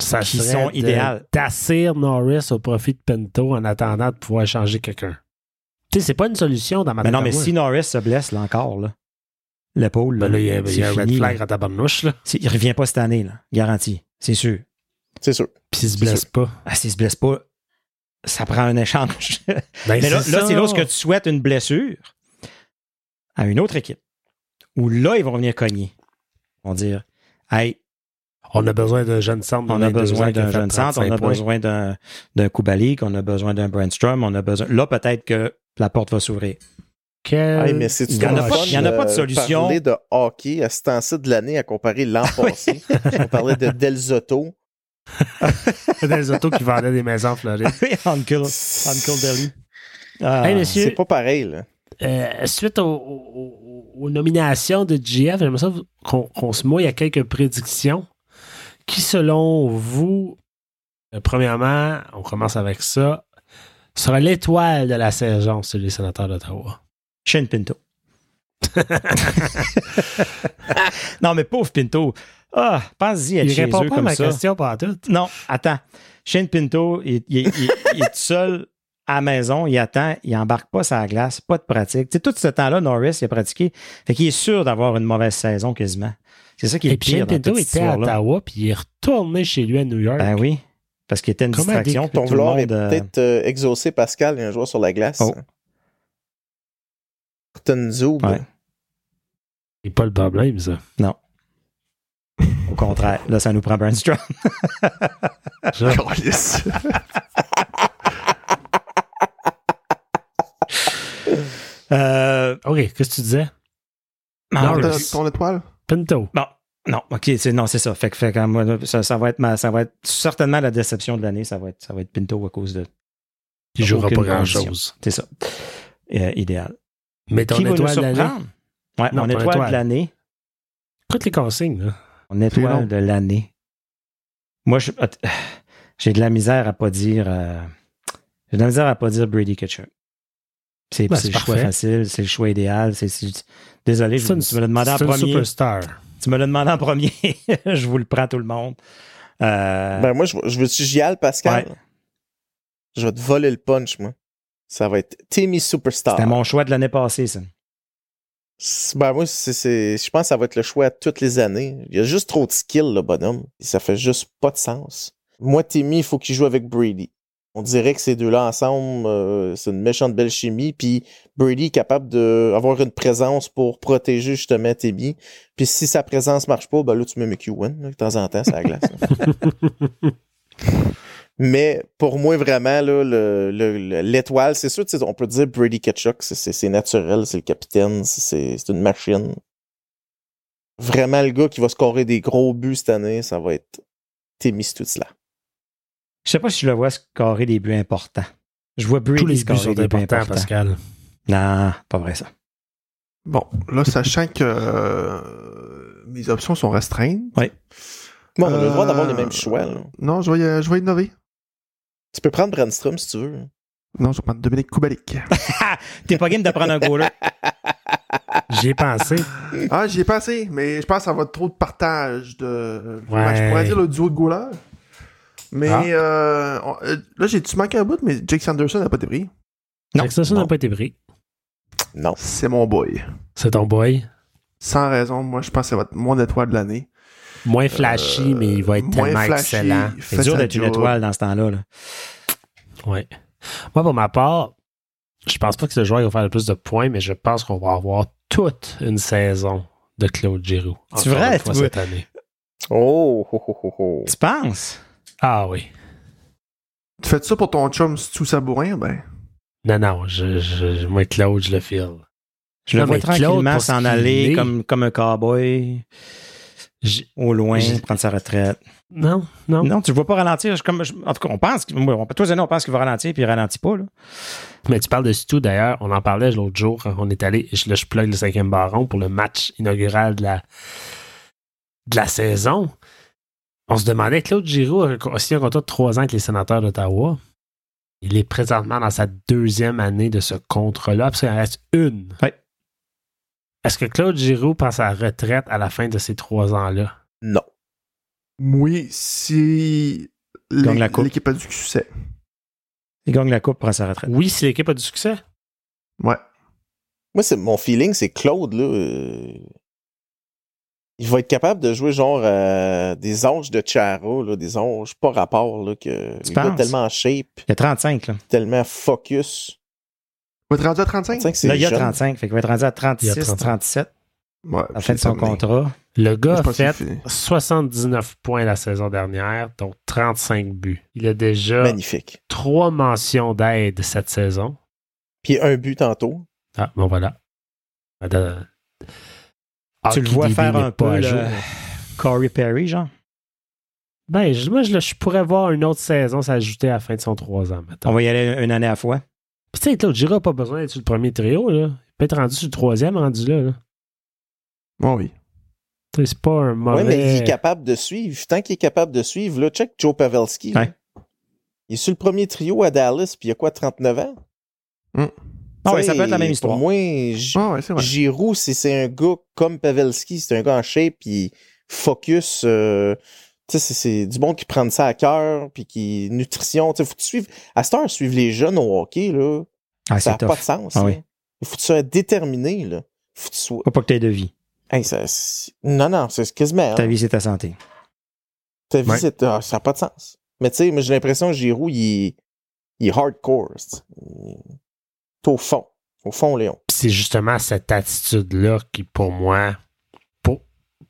S1: Ça
S4: Qui
S1: serait
S4: sont
S1: de-
S4: idéales.
S1: D'assir Norris au profit de Pinto en attendant de pouvoir échanger quelqu'un. Tu sais, c'est pas une solution dans ma
S4: Mais non,
S1: tête à
S4: mais
S1: moi.
S4: si Norris se blesse, là encore, là, l'épaule,
S1: hein. Ben là, il y a, il y a
S4: c'est
S1: un red
S4: fini,
S1: flag
S4: là.
S1: à ta barnouche, là.
S4: C'est- Il revient pas cette année, là, garanti. C'est sûr.
S3: C'est sûr.
S1: Puis il se
S3: C'est
S1: blesse pas.
S4: Ah, s'il se blesse pas, ça prend un échange.
S1: Ben,
S4: Mais là, là,
S1: ça.
S4: c'est lorsque tu souhaites une blessure à une autre équipe. Où là, ils vont venir cogner. Ils vont dire Hey,
S1: On a besoin d'un jeune centre. de
S4: on a
S1: 22 ans
S4: besoin
S1: qui a
S4: d'un
S1: fait
S4: jeune centre, on
S1: 35
S4: a
S1: points.
S4: besoin d'un d'un Kubalik, on a besoin d'un Brandstrom, on a besoin. Là, peut-être que la porte va s'ouvrir.
S1: Quel-
S3: Hey, mais c'est
S1: il y en a pas-
S4: Euh, il y en a pas de solution.
S3: euh, Parler de hockey à ce temps-ci de l'année à comparer l'an passé. On parlait de Del Zotto.
S1: des autos qui vendaient des maisons en Floride.
S4: Uncle, Uncle Delhi.
S3: C'est
S4: Ah,
S1: Hey, messieurs,
S3: pas pareil, là.
S1: Euh, suite au- au- au- aux nominations de GF, j'aimerais ça vous- qu'on qu'on se mouille à quelques prédictions. Qui, selon vous, euh, premièrement, on commence avec ça, sera l'étoile de la saison sur les sénateurs d'Ottawa?
S4: Shane Pinto. non, mais pauvre Pinto. Ah, pense-y être
S1: Il
S4: chez
S1: répond
S4: eux
S1: pas à
S4: comme
S1: ma
S4: ça.
S1: question pas en tout.
S4: Non, attends. Shane Pinto, il, il- il- il est tout seul à la maison, il attend, il embarque pas sa glace, pas de pratique. Tu sais, tout ce temps-là, Norris, il a pratiqué. Fait qu'il est sûr d'avoir une mauvaise saison quasiment. C'est ça qui est
S1: Et
S4: le
S1: puis,
S4: pire
S1: Shane
S4: dans
S1: Pinto
S4: toute cette
S1: était à
S4: histoire-là.
S1: Ottawa, puis il est retourné chez lui à New York.
S4: Ben oui, parce qu'il était une
S1: Comment
S4: distraction.
S1: dire
S4: puis
S3: Ton
S4: tout le
S3: vouloir est
S4: monde, euh,
S3: peut-être euh, exaucé, Pascal, il y a un joueur sur la glace.
S4: Oh.
S3: Martin Zoub.
S4: Ouais.
S1: C'est pas le problème, ça. euh,
S4: au contraire, là, ça nous prend Brandstrom.
S2: Calisse.
S4: Euh,
S1: OK, qu'est-ce que tu disais? Ah,
S2: Ton-
S4: Norris.
S2: Ton étoile?
S1: Pinto.
S4: Bon, non, ok, c'est non, c'est ça. Fait que, fait que, moi, là, ça, ça va être ma- ça va être certainement la déception de l'année. Ça va être, ça va être Pinto à cause de,
S1: Il jouera
S4: Aucune
S1: pas
S4: condition.
S1: grand-chose.
S4: c'est ça, Euh, idéal.
S1: Mais ton
S4: Qui va nous
S1: étoile de l'année...
S4: surprendre? Ouais,
S1: Non,
S4: mon
S1: ton
S4: étoile,
S1: étoile.
S4: de l'année,
S1: Écoute les consignes, là.
S4: mon
S2: C'est long.
S4: étoile de l'année. Moi, je- att- j'ai de la misère à pas dire, euh, j'ai de la misère à pas dire Brady Ketchup. C'est
S1: Ben,
S4: c'est
S1: c'est
S4: le choix
S1: parfait.
S4: facile, c'est le choix idéal. c'est- c'est- désolé, je,
S1: C'est une-
S4: tu me l'as demandé en
S1: c'est une
S4: premier.
S1: superstar.
S4: Tu me l'as demandé en premier. je vous le prends tout le monde. Euh,
S3: Ben moi, je, je veux-tu j'y aille, Pascal?
S4: Ouais.
S3: Je vais te voler le punch, moi. Ça va être Timmy Superstar.
S1: Ah.
S4: C'était mon choix de l'année passée, ça.
S3: C'est- Ben moi, c'est, c'est- je pense que ça va être le choix toutes les années. Il y a juste trop de skill, le bonhomme. Et ça fait juste pas de sens. Moi, Timmy, il faut qu'il joue avec Brady. On dirait que ces deux-là ensemble, euh, c'est une méchante belle chimie. Puis Brady est capable d'avoir une présence pour protéger justement Timmy. Puis si sa présence marche pas, ben là, tu mets McEwen, là, de temps en temps, ça glace. là. Mais pour moi, vraiment, là, le- le- le- l'étoile, c'est sûr, tu sais, on peut dire Brady Ketchuk, c'est- c'est c'est naturel, c'est le capitaine, c'est- c'est c'est une machine. Vraiment, le gars qui va scorer des gros buts cette année, ça va être Timmy Stutzla.
S4: Je sais pas si je le vois scorer des buts importants. Je vois Brady
S1: Tous les buts
S4: scorer
S1: sont
S4: des buts
S1: importants,
S4: importants.
S1: Pascal.
S4: Non, pas vrai ça.
S2: Bon, là, sachant que euh, mes options sont restreintes.
S3: Bon, on a le droit
S2: euh,
S3: d'avoir les mêmes choix. là.
S2: Non, je vais, y- je vais innover.
S3: Tu peux prendre Brandstrom si tu veux.
S2: Non, je vais prendre Dominique Kubalik.
S4: T'es pas game de prendre un goaler.
S1: J'y ai pensé.
S2: ah, j'y ai pas assez, mais je pense que ça va être trop de partage de. ben,
S1: Ouais.
S2: je pourrais dire le duo de goalers. Mais
S1: Ah.
S2: euh, on- euh, là, j'ai-tu manqué un bout, mais Jake Sanderson n'a pas été pris.
S4: Non,
S1: Fait que ça, ça n'a
S4: non.
S1: pas été pris.
S3: Non.
S2: C'est mon boy.
S1: C'est ton boy.
S2: Sans raison, moi, je pense que ça va être mon étoile de l'année. Euh,
S1: Moins flashy,
S4: Euh,
S1: mais il va être
S2: moins
S1: tellement
S2: flashy,
S1: excellent.
S2: fait
S4: C'est dur
S2: sa
S4: d'être une
S2: job.
S4: étoile dans ce temps-là. là.
S1: Ouais. Moi, pour ma part, je pense pas que ce joueur il va faire le plus de points, mais je pense qu'on va avoir toute une saison de Claude Giroux.
S4: C'est
S1: Encore
S4: vrai,
S1: une fois
S4: tu veux-
S1: cette année.
S3: Oh, ho, ho, ho, ho.
S4: Tu penses?
S1: Ah oui.
S2: Tu fais ça pour ton chum sous sabourin, ben.
S1: Non, non, je, je- moi, Claude, je le file.
S4: Je le
S1: Non,
S4: vois
S1: mais Claude,
S4: tranquillement
S1: pour ce
S4: s'en
S1: qu'il
S4: aller
S1: est-
S4: comme, comme un cowboy.
S1: J-
S4: au loin,
S1: J'ai-
S4: prendre sa retraite.
S1: Non, non.
S4: Non, tu ne vois pas ralentir. je- comme, je- en tout cas, on pense, qu'il- moi, on, toi et nous, on pense qu'il va ralentir, puis il ralentit pas. Là.
S1: Mais tu parles de Stu d'ailleurs. On en parlait l'autre jour quand on est allé. Je, là, je plug le cinquième baron pour le match inaugural de la, de la saison. On se demandait, Claude Giroux a signé un contrat de trois ans avec les sénateurs d'Ottawa. Il est présentement dans sa deuxième année de ce contrat-là, parce qu'il en reste une.
S4: Ouais.
S1: Est-ce que Claude Giroux pense à la retraite à la fin de ces trois ans-là?
S3: Non.
S2: Oui, si
S4: Gagne la
S2: l'é-
S4: coupe.
S2: l'équipe a du succès.
S4: Il gagne la coupe, prend sa retraite.
S1: Oui, si l'équipe a du succès.
S2: Ouais.
S3: Moi, c'est mon feeling, c'est Claude, là. euh, il va être capable de jouer genre euh, des anges de Charo, là, des anges pas rapport, là, que
S4: Tu
S3: le gars
S4: penses?
S3: tellement en shape,
S4: Il y a 35. Là,
S3: tellement focus.
S2: On va être rendu à 35?
S3: Tu sais que c'est
S4: Là, il y a
S3: jeune.
S4: 35. Fait qu'il va être rendu à 36,
S1: Il y a 35.
S4: 37
S2: Ouais,
S4: à la fin de son
S2: c'est terminé.
S4: contrat.
S1: Le
S2: Je
S1: gars a
S2: pense que
S1: fait
S2: c'est fini.
S1: 79 points la saison dernière, donc 35 buts. Il a déjà
S3: Magnifique.
S1: trois mentions d'aide cette saison.
S3: Puis un but tantôt.
S1: Ah, bon, voilà. Attends.
S4: tu le
S1: Hockey
S4: vois
S1: DB
S4: faire
S1: n'est
S4: un
S1: pas
S4: peu
S1: à jour.
S4: le Corey Perry, genre.
S1: Ben, je- moi, je, le- je pourrais voir une autre saison s'ajouter à la fin de son 3 ans,
S4: On
S1: maintenant.
S4: va y aller une année à la fois.
S1: Puis, tu sais, Claude Giroux n'a pas besoin d'être sur le premier trio, là. Il peut être rendu sur le troisième, rendu là. là.
S2: Ouais, oui.
S1: Tu sais, C'est pas un mauvais...
S3: Ouais, mais il est capable de suivre. Tant qu'il est capable de suivre, là, check Joe Pavelski. là.
S4: Ouais.
S3: Il est sur le premier trio à Dallas, puis il a quoi, 39 ans?
S2: Hmm.
S4: Ah ouais,
S3: Tu sais,
S4: ça peut être la même histoire.
S3: Pour moi, J-
S2: Ah ouais, c'est vrai.
S3: Giroud, c'est- c'est un gars comme Pavelski, c'est un gars en shape, puis focus. euh, tu sais, c'est- c'est du bon qui prend ça à cœur, puis qui nutrition. Tu sais, faut que tu suives. À cette heure, suivre les jeunes au hockey, là,
S4: Ah,
S3: ça
S4: c'est
S3: n'a pas
S4: tough.
S3: de sens.
S4: Ah
S3: là.
S4: oui.
S3: Il faut que tu sois déterminé, là. Faut que tu sois.
S4: Faut pas que t'aies de vie.
S3: Hey, ça- c'est- non, non, c'est quasiment. hein.
S4: Ta vie, c'est ta santé.
S3: Ta vie,
S1: Ouais.
S3: c'est- ah, ça n'a pas de sens. Mais tu sais, moi, j'ai l'impression que Giroud, il, est- il est hardcore. c'est- il est au fond. Au fond, Léon.
S1: Puis c'est justement cette attitude-là qui, pour moi, pour...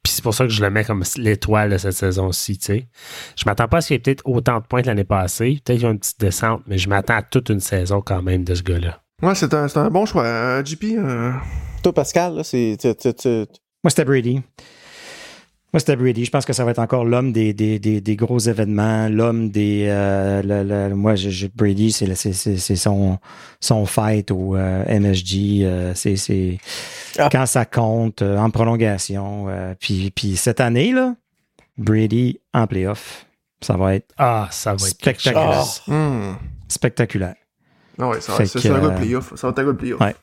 S1: puis c'est pour ça que je le mets comme l'étoile de cette saison-ci. tu sais. Je m'attends pas à ce qu'il y ait peut-être autant de points que l'année passée. Peut-être qu'il y a une petite descente, mais je m'attends à toute une saison quand même de ce gars-là.
S2: Ouais, c'est un, c'est un bon choix. Euh, JP, euh,
S3: Toi, Pascal, là, c'est. tu- tu- tu-
S4: Moi, c'était Brady. Moi, c'était Brady. Je pense que ça va être encore l'homme des, des, des, des gros événements, l'homme des. euh, le- le- moi, je, je- Brady, c'est le- c'est- c'est- c'est son, son fight au euh, MSG. euh, c'est- c'est
S3: Ah.
S4: quand ça compte, euh, en prolongation. euh, puis, puis cette année, là, Brady en playoff, ça va être
S1: Ah, ça va être quelque
S4: Spectaculaire.
S1: chose.
S3: Ah.
S2: hmm.
S4: spectaculaire.
S2: Ah ouais, ça
S4: Fait
S2: va- c'est
S4: que,
S2: c'est un gars
S4: euh,
S2: de playoff. Ça va être un gars de playoff.
S4: Ouais.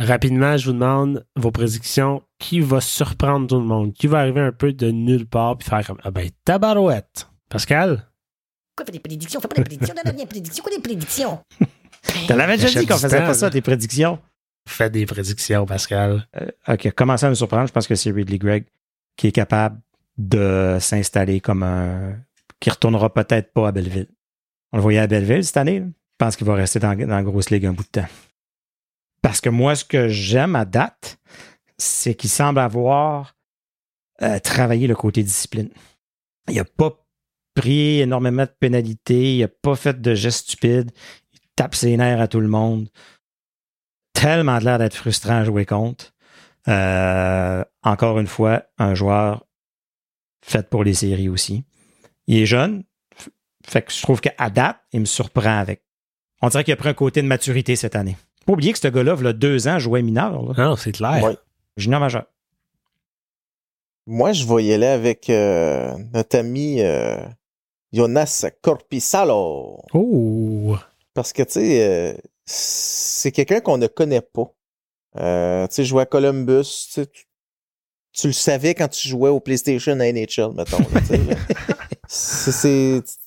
S1: Rapidement, je vous demande vos prédictions. Qui va surprendre tout le monde? Qui va arriver un peu de nulle part puis faire comme Ah ben, tabarouette! Pascal?
S5: Quoi, fait des prédictions? Fais pas des prédictions, donne des prédictions, quoi des prédictions?
S4: T'en avais déjà
S1: Achète
S4: dit qu'on
S1: du
S4: faisait
S1: temps,
S4: pas ça,
S1: là.
S4: tes prédictions.
S1: Fais des prédictions, Pascal.
S4: euh, qui a commencé à nous surprendre, je pense que c'est Ridley Gregg qui est capable de s'installer comme un. qui retournera peut-être pas à Belleville. On le voyait à Belleville cette année. là. Je pense qu'il va rester dans, dans la grosse ligue un bout de temps. Parce que moi, ce que j'aime à date, c'est qu'il semble avoir euh, travaillé le côté discipline. Il n'a pas pris énormément de pénalités, il n'a pas fait de gestes stupides, il tape ses nerfs à tout le monde. Tellement de l'air d'être frustrant à jouer contre. Euh, encore une fois, un joueur fait pour les séries aussi. Il est jeune, f- fait que je trouve qu'à date, il me surprend avec. On dirait qu'il a pris un côté de maturité cette année. Pas oublier que ce gars-là, il a deux ans, jouait mineur, là.
S1: Non, c'est clair.
S3: Ouais.
S4: junior majeur.
S3: Moi, je vais y aller avec euh, notre ami euh, Jonas Corpissalo.
S1: Oh!
S3: Parce que, tu sais, euh, c'est quelqu'un qu'on ne connaît pas. Euh, tu sais, jouer à Columbus, tu, sais, tu- tu le savais quand tu jouais au PlayStation à NHL, mettons. là, tu sais, là. c'est, c'est-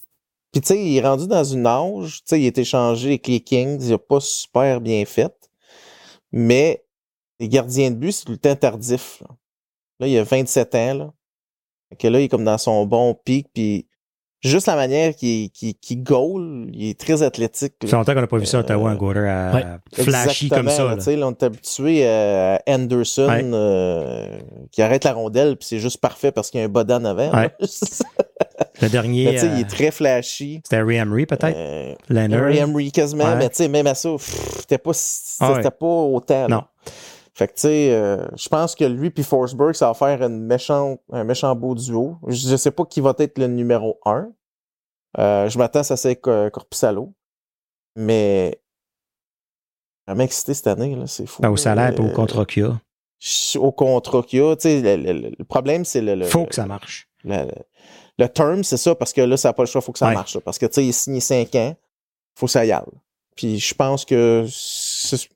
S3: Puis, tu sais, il est rendu dans une âge, tu sais, il est échangé avec les Kings, il n'a pas super bien fait. Mais les gardiens de but, c'est tout le temps tardif. Là, Là, il a 27 ans, là. Fait que là, il est comme dans son bon pic, puis juste la manière qu'il qu'il qu'il goal, il est très athlétique.
S4: Ça
S3: là.
S4: fait longtemps qu'on n'a pas vu ça à Ottawa, un goaler à- flashy
S3: Euh, Exactement,
S4: comme ça.
S3: là,
S4: là.
S3: tu sais, là, on est habitué à Anderson
S4: Ouais.
S3: euh, qui arrête la rondelle, puis c'est juste parfait parce qu'il y a un bas en avant. là.
S4: Le
S3: Mais
S4: dernier,
S3: tu sais,
S4: euh,
S3: il est très flashy.
S4: c'était Ray Emery peut-être,
S3: Euh,
S4: Leonard.
S3: Henry Emery quasiment,
S4: Ouais.
S3: mais tu sais, même à ça, pff, c'était pas, si-
S4: Ah ouais.
S3: c'était pas autant. là.
S4: Non.
S3: Fait que, tu sais, euh, je pense que lui puis Forsberg, ça va faire une méchante, un méchant beau duo. Je je sais pas qui va être le numéro un. Euh, je m'attends à ça c'est euh, Corpissalo. Mais vraiment excité cette année, là, c'est fou.
S4: Ben, au salaire et au
S3: Euh,
S4: contrat qu'il y a.
S3: je- Au contrat qu'il y a, tu sais, le, le- le- le problème, c'est le, le-
S4: Faut que ça marche.
S3: le, le- le term, c'est ça, parce que là, ça n'a pas le choix, il faut que ça
S4: Ouais.
S3: marche. là. parce que, tu sais, il est signé 5 ans, faut que ça y aille. Puis je pense que... c'est-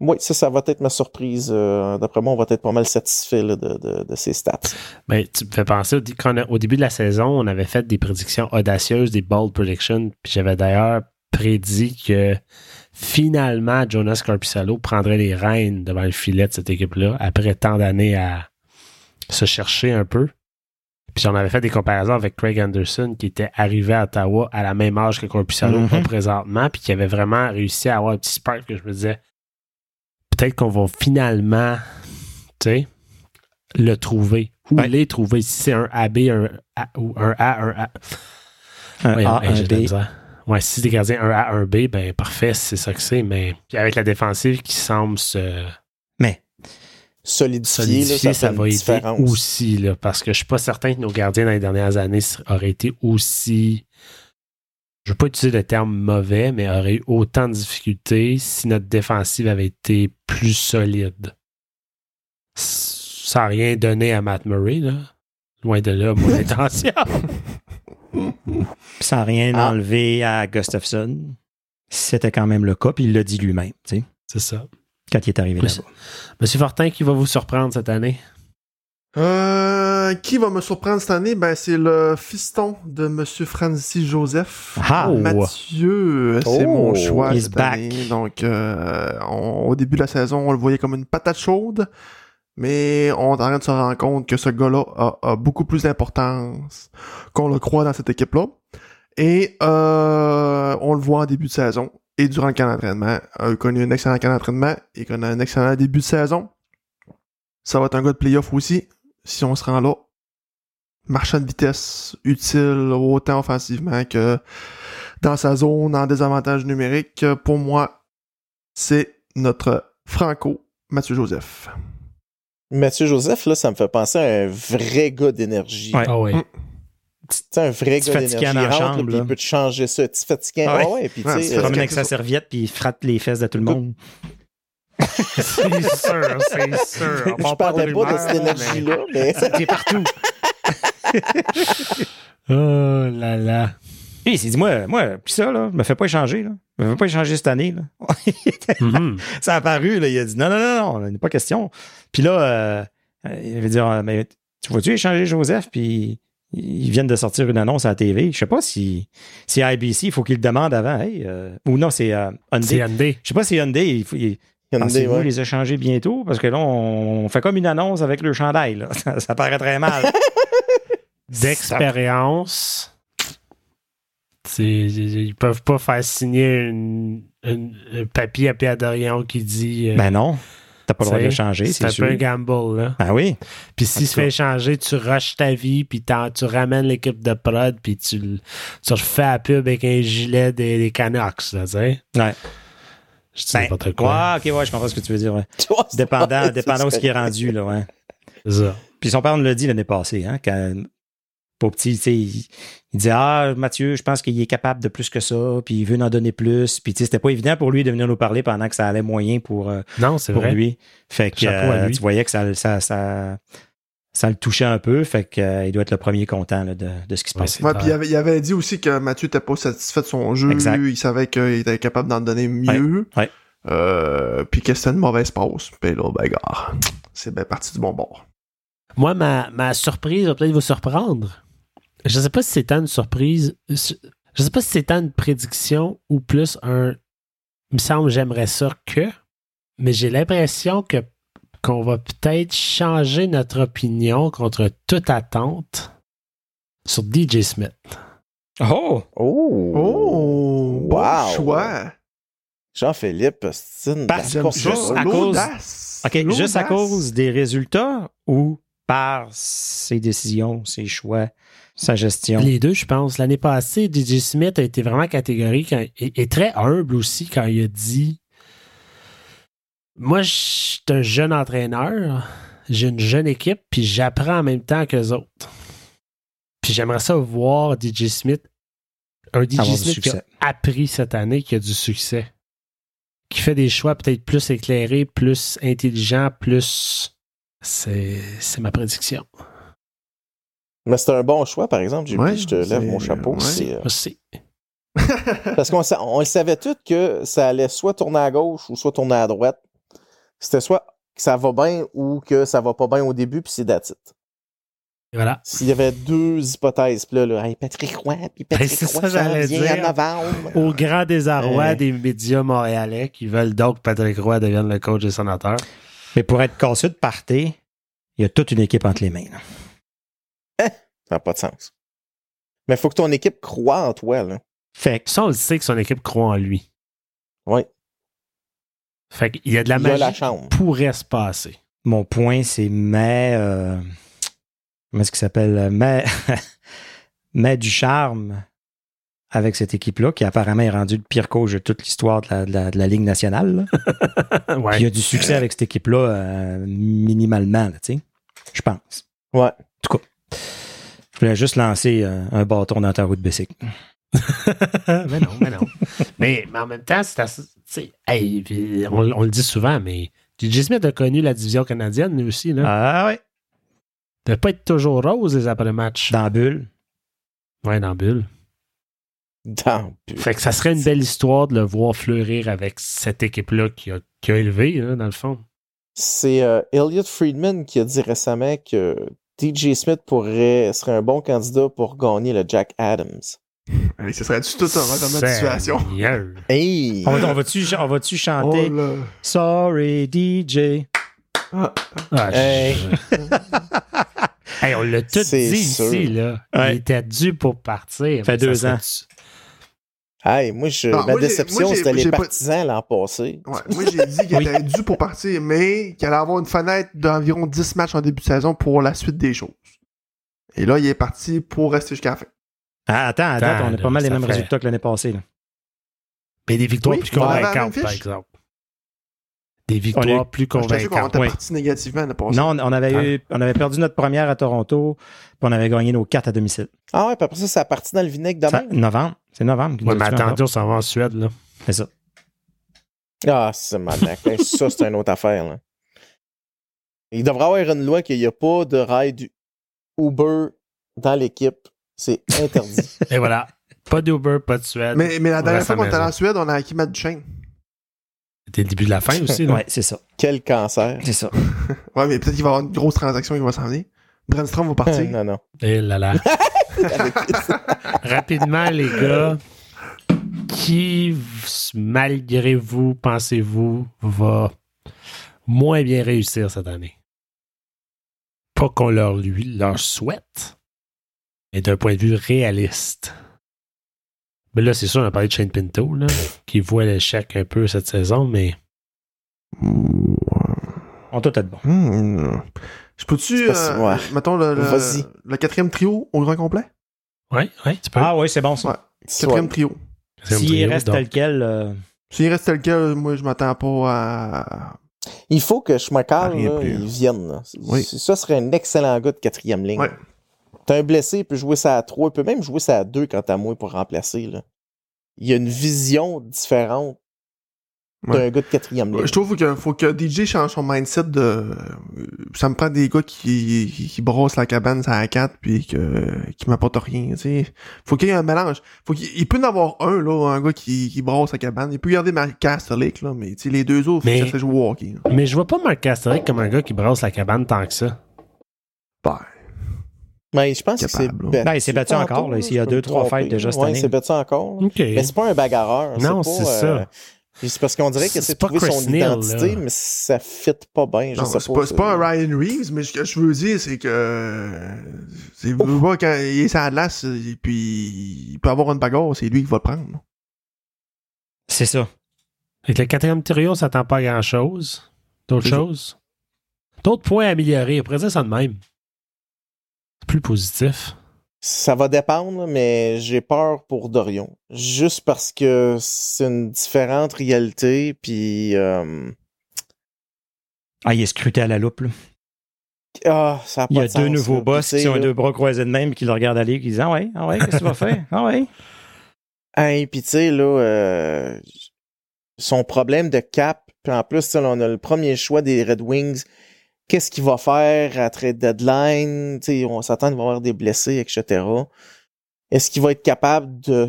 S3: Oui, ça, ça va être ma surprise. Euh, D'après moi, on va être pas mal satisfait là, de, de, de ces stats.
S1: Ben, tu me fais penser, au dé- quand on a- au début de la saison, on avait fait des prédictions audacieuses, des bold predictions, puis j'avais d'ailleurs prédit que finalement Jonas Corpissalo prendrait les rênes devant le filet de cette équipe-là après tant d'années à se chercher un peu. Puis on avait fait des comparaisons avec Craig Anderson qui était arrivé à Ottawa à la même âge que Corpissalo
S4: Mhm.
S1: pas présentement, puis qui avait vraiment réussi à avoir un petit spark que je me disais peut-être qu'on va finalement, tu sais, le trouver ou
S4: Ouais.
S1: les trouver. Si c'est un AB, un A ou un A, un A.
S4: Un
S1: Voyons,
S4: A,
S1: hey,
S4: un
S1: j'ai de la
S4: B.
S1: misère. Ouais, si c'est des gardiens 1A, 1B, ben parfait, c'est ça que c'est. Mais puis avec la défensive qui semble se
S4: Mais
S3: Solidifié,
S1: solidifier, ça,
S3: là, ça, fait
S1: va
S3: une
S1: aider
S3: différence.
S1: aussi. Là, parce que je suis pas certain que nos gardiens dans les dernières années ser- auraient été aussi. Je veux pas utiliser le terme mauvais, mais auraient eu autant de difficultés si notre défensive avait été plus solide. S- Sans rien donner à Matt Murray, là. Loin de là, mon intention.
S4: Puis sans rien
S3: Ah.
S4: enlever à Gustafsson, c'était quand même le cas, puis il l'a dit lui-même, tu sais,
S1: C'est ça.
S4: quand il est arrivé
S1: Plus-
S4: là-bas.
S1: Monsieur Fortin, qui va vous surprendre cette année?
S2: Euh, qui va me surprendre cette année? Ben, c'est le fiston de Monsieur Francis Joseph.
S4: Ah!
S2: Mathieu, Euh, c'est
S3: Oh,
S2: mon choix
S4: he's
S2: cette
S4: back.
S2: année. Donc, euh, on- au début de la saison, on le voyait comme une patate chaude, mais on est en train de se rendre compte que ce gars-là a, a beaucoup plus d'importance qu'on le croit dans cette équipe-là. Et euh, on le voit en début de saison et durant le camp d'entraînement. Euh, Il connaît un excellent camp d'entraînement, il connaît un excellent début de saison. Ça va être un gars de playoff aussi, si on se rend là. Marchand de vitesse, utile autant offensivement que dans sa zone en désavantage numérique. Pour moi, c'est notre Franco Mathieu Joseph.
S3: Mathieu Joseph, là, ça me fait penser à un vrai gars d'énergie.
S4: Ouais.
S1: Ah ouais.
S3: Tu sais, un vrai
S4: Petit
S3: gars
S4: fatigant
S3: d'énergie.
S4: dans la
S3: Il rentre, là,
S4: chambre,
S3: puis
S4: là.
S3: il peut te changer ça. Petit fatigant.
S4: Ah ouais.
S3: Ah ouais, puis tu
S2: Ouais,
S3: sais,
S2: c'est
S4: Il se
S3: euh,
S4: promène avec
S2: que
S4: sa
S2: ça-
S4: serviette, puis il frappe les fesses de tout le monde.
S1: C'est sûr, c'est sûr.
S3: je parlais pas de cette énergie-là, mais...
S4: J'ai partout.
S1: Oh là là.
S4: Lui, il s'est dit, moi, moi, puis ça, là, je me fais pas échanger, là. Je me fais pas échanger cette année, là.
S1: Mhm.
S4: ça a apparu, là, il a dit non, non, non, non, il n'est pas question. Puis là, euh, euh, il avait dit Ah, mais tu vois-tu échanger Joseph? Puis ils viennent de sortir une annonce à la TV. Je sais pas si, si IBC, il faut qu'il le demande avant. Hey, euh, ou non, c'est euh,
S1: C'est
S4: Hyundai.
S1: Hyundai.
S4: Je sais pas si Hyundai, il faut, il-
S3: Hyundai,
S4: pensez-vous
S3: ouais.
S4: les échanger bientôt? Parce que là, on, on fait comme une annonce avec le chandail. là. Ça, ça paraît très mal.
S1: D'expérience. c'est- Ils peuvent pas faire signer une- une- un papier à Pierre Dorion qui dit. euh,
S4: ben non, t'as pas le droit
S1: tu sais,
S4: d'échanger,
S1: C'est
S4: c'est
S1: un
S4: sûr.
S1: peu un gamble, là.
S4: Ben oui.
S1: Puis
S4: En
S1: s'il se
S4: tout
S1: fait
S4: cas.
S1: échanger, tu rushes ta vie, puis t'en- tu ramènes l'équipe de prod, puis tu, le- tu refais la pub avec un gilet des, des Canucks, là, tu sais.
S4: Ouais.
S1: Je dis
S4: Ben,
S1: n'importe quoi.
S4: ouais, ok, ouais, je comprends ce que tu veux dire. ouais.
S3: Toi, c'est-
S4: Dépendant,
S3: ouais,
S4: dépendant
S3: c'est
S4: de ce qui est
S3: ça.
S4: rendu, là, ouais.
S1: C'est ça.
S4: Puis son père nous l'a dit l'année passée, hein, quand Pau petit, tu sais, il, il dit Ah, Mathieu, je pense qu'il est capable de plus que ça, puis il veut en donner plus. Puis tu sais, c'était pas évident pour lui de venir nous parler pendant que ça allait moyen pour, euh,
S1: Non, c'est
S4: pour
S1: vrai.
S4: lui. Fait que
S1: Chapeau à
S4: euh,
S1: lui.
S4: tu voyais que ça, ça, ça, ça le touchait un peu, fait que euh, il doit être le premier content là, de, de ce qui se
S1: Ouais,
S4: passe.
S1: c'est
S2: Ouais,
S1: clair.
S2: puis il avait, il avait dit aussi que Mathieu n'était pas satisfait de son jeu.
S4: Exact.
S2: Il savait qu'il était capable d'en donner mieux.
S4: Ouais, ouais.
S2: Euh, puis que c'était une mauvaise passe. Puis là, ben, gars, c'est bien parti du bon bord.
S1: Moi, ma, ma surprise va peut-être vous surprendre. Je ne sais pas si c'est tant une surprise. Je ne sais pas si c'est tant une prédiction ou plus un. Il me semble j'aimerais ça que. Mais j'ai l'impression que qu'on va peut-être changer notre opinion contre toute attente sur DJ Smith.
S4: Oh!
S3: Oh!
S2: Oh! bon
S3: Wow.
S2: choix!
S3: Jean-Philippe, c'est une
S4: Parce-
S3: belle
S2: J'aime
S3: porte,
S2: ça.
S4: juste à cause-
S2: L'audace!
S4: OK, juste à
S2: L'audace.
S4: cause des résultats ou par ses décisions, ses choix, sa gestion.
S1: Les deux, je pense. L'année passée, DJ Smith a été vraiment catégorique hein, et, et très humble aussi quand il a dit Moi, je suis un jeune entraîneur. J'ai une jeune équipe, puis j'apprends en même temps qu'eux autres. Puis j'aimerais ça voir DJ Smith, un DJ
S4: Avoir du
S1: Smith qui a
S4: succès.
S1: appris cette année, qui a du succès, qui fait des choix peut-être plus éclairés, plus intelligents, plus. C'est c'est ma prédiction.
S3: Mais c'est un bon choix, par exemple, JP.
S2: Ouais,
S3: je te lève
S2: c'est-
S3: mon chapeau.
S2: ouais.
S3: c'est, euh,
S1: Merci.
S3: parce qu'on sa- on le savait tout que ça allait soit tourner à gauche ou soit tourner à droite. C'était soit que ça va bien ou que ça va pas bien au début, puis c'est datite.
S1: Et voilà.
S3: S'il y avait deux hypothèses, puis là, là hey, Patrick Roy, puis Patrick
S1: Ben, c'est
S3: Roy
S1: ça,
S3: s'en
S1: j'allais
S3: vient
S1: dire. Oh.
S3: en novembre.
S1: Au grand désarroi
S3: Euh.
S1: des médias montréalais qui veulent donc que Patrick Roy devienne le coach des sénateurs.
S4: Mais pour être cassé de parté, il y a toute une équipe entre les mains. là.
S3: Ça n'a pas de sens. Mais faut que ton équipe croie en toi, là.
S4: Fait que
S1: Ça, on le sait que son équipe croit en lui.
S3: Oui.
S1: Fait qu'il y a de la
S3: Il y a la
S1: magie
S3: chambre.
S1: qui pourrait se passer.
S4: mon point, c'est mais. euh, comment est-ce qu'il s'appelle mais, mais du charme avec cette équipe-là, qui apparemment est rendue le pire coach de toute l'histoire de la, de la- de la Ligue nationale. là. Puis Il y
S1: ouais.
S4: a du succès avec cette équipe-là, euh, minimalement, là, tu sais. Je pense.
S3: Ouais.
S4: En tout cas, je voulais juste lancer euh, un bâton dans ta route bicycle.
S1: mais non, mais non. mais, mais en même temps, c'est assez- tu sais, hey, puis on, on le dit souvent, mais DJ Smith a connu la division canadienne, lui aussi. Là.
S4: Ah ouais.
S1: De pas être toujours rose les après-matchs.
S4: Dans la bulle.
S1: Ouais, dans la bulle.
S3: Dans le but.
S1: Fait que ça serait une belle histoire de le voir fleurir avec cette équipe-là qui a, qui a élevé, là, dans le fond.
S3: C'est euh, Elliot Friedman qui a dit récemment que DJ Smith pourrait serait un bon candidat pour gagner le Jack Adams.
S2: Hey, ce serait du tout avant comme notre situation.
S1: Seigneur.
S3: Hey!
S4: On va- on va-tu on va-tu
S2: Oh
S4: chanter
S2: là.
S4: Sorry DJ?
S1: Ah, je-
S3: Hey.
S1: Hey, on l'a tout dit
S3: C'est sûr.
S1: ici, là.
S4: Ouais.
S1: Il était dû pour partir.
S4: Fait
S1: Mais ça
S4: deux
S1: serait-
S4: ans.
S3: Hey, moi, je,
S2: Non,
S3: ma
S2: Ah, moi, j'ai- moi,
S3: déception,
S2: j'ai-
S3: c'était
S2: j'ai
S3: les
S2: pas-
S3: partisans l'an passé.
S2: Ouais, moi, j'ai dit qu'il
S4: Oui.
S2: était dû pour partir, mais qu'il allait avoir une fenêtre d'environ 10 matchs en début de saison pour la suite des choses. Et là, il est parti pour rester jusqu'à la fin.
S4: Ah, attends, à date,
S1: Attends,
S4: on a
S1: là,
S4: pas mal les
S1: ça
S4: mêmes
S1: fait-
S4: résultats que l'année passée. là.
S1: Mais des victoires
S2: Oui,
S1: plus
S2: on avait la même
S1: convaincantes, par
S2: fiche. Ah,
S1: exemple. Des victoires plus
S2: Je t'assure qu'on
S1: convaincantes.
S2: était
S4: ouais.
S2: parti négativement la passée.
S4: Non, on on avait,
S1: Ah.
S4: eu, on avait perdu notre première à Toronto, puis on avait gagné nos quatre à domicile.
S3: Ah ouais, puis après ça, ça a parti dans le vinaigre de
S4: Ça,
S3: même.
S4: novembre. C'est novembre. qui nous
S1: Ouais,
S4: a
S1: mais
S4: tués encore.
S1: attendez, on s'en va en Suède, là.
S4: C'est ça.
S3: Ah, c'est malin. ça, c'est une autre affaire. Là. Il devrait y avoir une loi qu'il n'y a pas de ride Uber dans l'équipe. C'est interdit.
S1: Et voilà. Pas d'Uber, pas de Suède.
S2: Mais, mais la dernière
S1: reste à
S2: fois qu'on était
S1: la
S2: allé
S1: maison.
S2: en Suède, on a acquis Matt Duchesne.
S1: C'était le début de la fin aussi, là.
S4: Ouais, c'est ça.
S3: Quel cancer.
S4: C'est ça.
S2: Ouais, mais peut-être qu'il va y avoir une grosse transaction qui va s'en venir. Brandstrom va partir.
S3: non, non.
S1: Et Eh là là. Rapidement, les gars. Qui, malgré vous, pensez-vous, va moins bien réussir cette année? Pas qu'on leur, lui, leur souhaite, mais d'un point de vue réaliste. Mais là, c'est sûr, on a parlé de Shane Pinto, là, qui voit l'échec un peu cette saison, mais
S4: On doit être bon.
S2: Hmm. Je peux-tu,
S3: C'est pas si-
S2: euh,
S3: ouais.
S2: mettons, le,
S3: Vas-y.
S2: le, le quatrième trio au grand complet?
S1: ouais, ouais, tu peux.
S4: Ah oui, c'est bon ça.
S2: Ouais. Quatrième
S3: Ouais.
S2: trio.
S1: C'est un
S4: S'il
S1: trio,
S4: reste
S1: donc.
S4: tel quel, euh,
S2: S'il reste tel quel, moi, je m'attends pas à...
S3: Il faut que Schmackal,
S2: Rien
S3: là,
S2: plus.
S3: il vienne. là. C-
S2: Oui.
S3: Ça serait un excellent gars de quatrième ligne.
S2: Ouais.
S3: T'as un blessé, il peut jouer ça à trois, il peut même jouer ça à deux quand t'as moins pour remplacer. Là. Il a une vision différente d'un
S2: Ouais.
S3: gars de quatrième ligne.
S2: Je trouve qu'il faut que DJ change son mindset de... Ça me prend des gars qui, qui, qui brossent la cabane sur la 4 puis que, qui m'apportent rien, tu sais. Faut qu'il y ait un mélange. Faut qu'il il peut en avoir un, là, un gars qui, qui brosse la cabane. Il peut garder Marc Casterlick, là, mais tu sais, les deux autres, faut
S1: Mais-
S2: qu'ils sachent jouer au hockey. là.
S1: Mais je vois pas Marc Casterick comme un gars qui brasse la cabane tant que ça.
S2: Ben,
S3: Mais je pense que c'est
S2: Capable, là.
S4: Ben, il s'est battu
S3: tantôt,
S4: encore, là. Il y a
S3: je peux
S4: deux,
S3: me
S4: trois
S3: tromper,
S4: fights déjà
S3: là.
S4: cette
S3: Ouais,
S4: année.
S3: il s'est battu encore. là.
S1: OK.
S3: Mais c'est pas un bagarreur.
S1: Non,
S3: pas,
S1: c'est ça.
S3: euh, C'est parce qu'on dirait
S1: C'est-
S3: qu'il essaie
S1: c'est
S3: de
S1: pas
S3: trouver son
S1: Chris Neal,
S3: identité,
S1: là.
S3: mais ça fit pas bien. Je
S2: Non,
S3: sais
S2: c'est pas, c'est pas un
S3: ça.
S2: Ryan Reeves, mais ce que je veux dire, c'est que. euh, C'est veux pas quand il est sur la glace, et puis il peut avoir une bagarre, c'est lui qui va le prendre.
S4: C'est ça.
S1: Fait que le quatrième trio, on s'attend pas à grand chose. D'autres
S2: C'est ça.
S1: choses. D'autres points à améliorer. Après ça, ça de même. C'est plus positif.
S3: Ça va dépendre, là, mais j'ai peur pour Dorion. Juste parce que c'est une différente réalité, puis euh,
S4: Ah, il est scruté à la loupe. là.
S3: Ah, ça a pas
S4: Il y a
S3: de sens,
S4: deux nouveaux
S3: là.
S4: boss
S3: Puis, tu
S4: qui
S3: sais,
S4: ont
S3: là,
S4: deux bras croisés de même et qui le regardent aller et qui disent Ah ouais, ah ouais, qu'est-ce que tu vas faire? Ah ouais.
S3: Hey, Hein, puis tu sais, là, euh, son problème de cap, puis en plus, tu sais, là, on a le premier choix des Red Wings. Qu'est-ce qu'il va faire à trade deadline? Tu sais, on s'attend qu'il va y avoir des blessés, etc. Est-ce qu'il va être capable de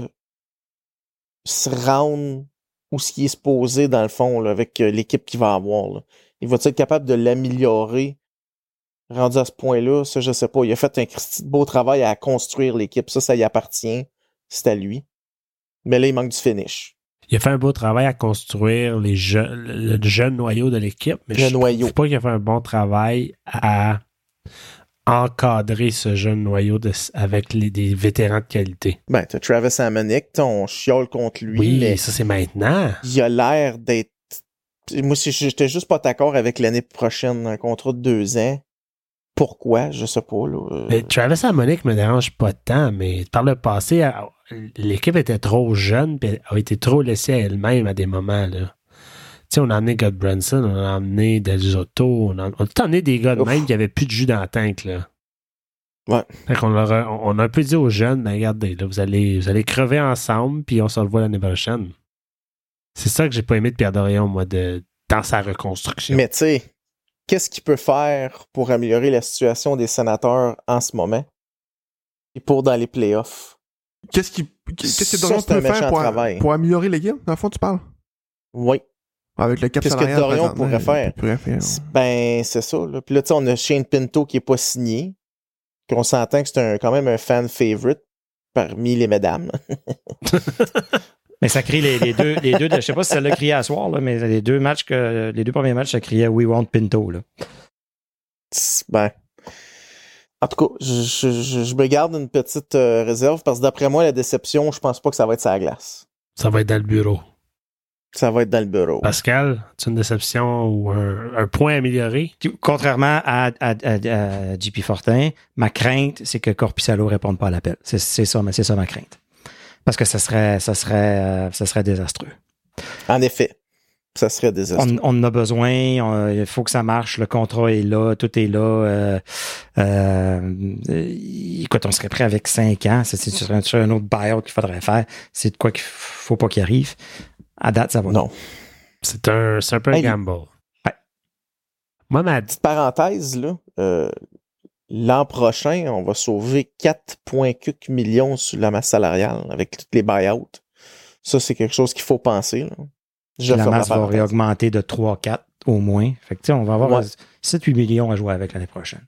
S3: se rendre où ce qui est supposé, dans le fond, là, avec euh, l'équipe qu'il va avoir? là? Il va-t-il être capable de l'améliorer? Rendu à ce point-là, ça, je sais pas. Il a fait un Christi de beau travail à construire l'équipe. Ça, ça y appartient. C'est à lui. Mais là, il manque du finish.
S1: Il a fait un beau travail à construire les je- le jeune noyau de l'équipe, mais
S3: Le
S1: je ne
S3: noyau.
S1: trouve pas qu'il a fait un bon travail à encadrer ce jeune noyau de- avec les, des vétérans de qualité.
S3: Ben, t'as Travis Amonick, on chiole contre lui,
S1: Oui,
S3: mais
S1: ça c'est maintenant.
S3: il a l'air d'être. Moi, si j'étais juste pas d'accord avec l'année prochaine, un contrat de deux ans. Pourquoi? Je sais pas, là. Euh,
S1: Mais Travis Harmonic me dérange pas tant, mais par le passé, à- l'équipe était trop jeune et a été trop laissée à elle-même à des moments. Là. Tu sais, on a emmené Godbranson, on a emmené Del Zotto, on a, on a tout emmené des gars de
S3: Ouf.
S1: même qui avaient plus de jus dans la tank. Là.
S3: Ouais.
S1: Fait qu'on leur a, on a un peu dit aux jeunes, ben, regardez, là, vous, allez, vous allez crever ensemble puis on se revoit l'année prochaine. C'est ça que j'ai pas aimé de Pierre Dorion, moi, de, dans sa reconstruction.
S3: Mais tu sais, qu'est-ce qu'il peut faire pour améliorer la situation des sénateurs en ce moment? Et pour dans les playoffs?
S2: Qu'est-ce qui qu'est-ce que
S3: Ça,
S2: Dorion
S3: c'est un
S2: peut
S3: méchant
S2: faire pour,
S3: travail.
S2: pour améliorer les games Dans le fond, tu parles
S3: Oui.
S2: Avec le cap
S3: Qu'est-ce que
S2: salarial
S3: Dorion
S2: présentement,
S3: pourrait
S2: il
S3: faire?
S2: pourrait faire.
S3: Ben, c'est ça. Là. Puis là, tu sais, on a Shane Pinto qui est pas signé. Qu'on s'entend que c'est un- quand même un fan favorite parmi les mesdames.
S4: Mais ça crie les, les deux, les deux, de- je sais pas si ça l'a crié à soir, là, mais les deux matchs que, les deux premiers matchs, ça criait We want Pinto, là.
S3: Ben. En tout cas, je, je- je- je me garde une petite euh, réserve parce que d'après moi, la déception, je pense pas que ça va être sa glace.
S1: Ça va être dans le bureau.
S3: Ça va être dans le bureau.
S4: Ah.
S1: Pascal, tu une déception ou un, un point amélioré?
S4: Puis, Contrairement à, à, à- à JP Fortin, ma crainte, c'est que Corpissalo réponde pas à l'appel. C'est c'est ça, ma- c'est ça ma crainte. Parce que ça serait, ça serait, euh, ça serait désastreux.
S3: En effet, ça serait désastreux.
S4: On, on en a besoin, on- il faut que ça marche, le contrat est là, tout est là. euh, euh, euh, écoute, on serait prêt avec 5 ans, c'est sur un, sur un autre buyout qu'il faudrait faire, c'est de quoi qu'il faut pas qu'il arrive. À date, ça va.
S3: Non.
S1: C'est un, c'est un peu un
S3: Hey,
S1: gamble.
S4: Ouais.
S1: Moi, ma,
S3: Petite parenthèse, là. euh, L'an prochain, on va sauver 4,4 millions sur la masse salariale avec toutes les buyouts. Ça, c'est quelque chose qu'il faut penser. là. Je
S4: la
S3: ferme la
S4: masse va
S3: parenthèse.
S4: réaugmenter de 3-4 au moins. Fait que, tu sais, on va avoir
S3: Ouais.
S4: 7-8 millions à jouer avec l'année prochaine.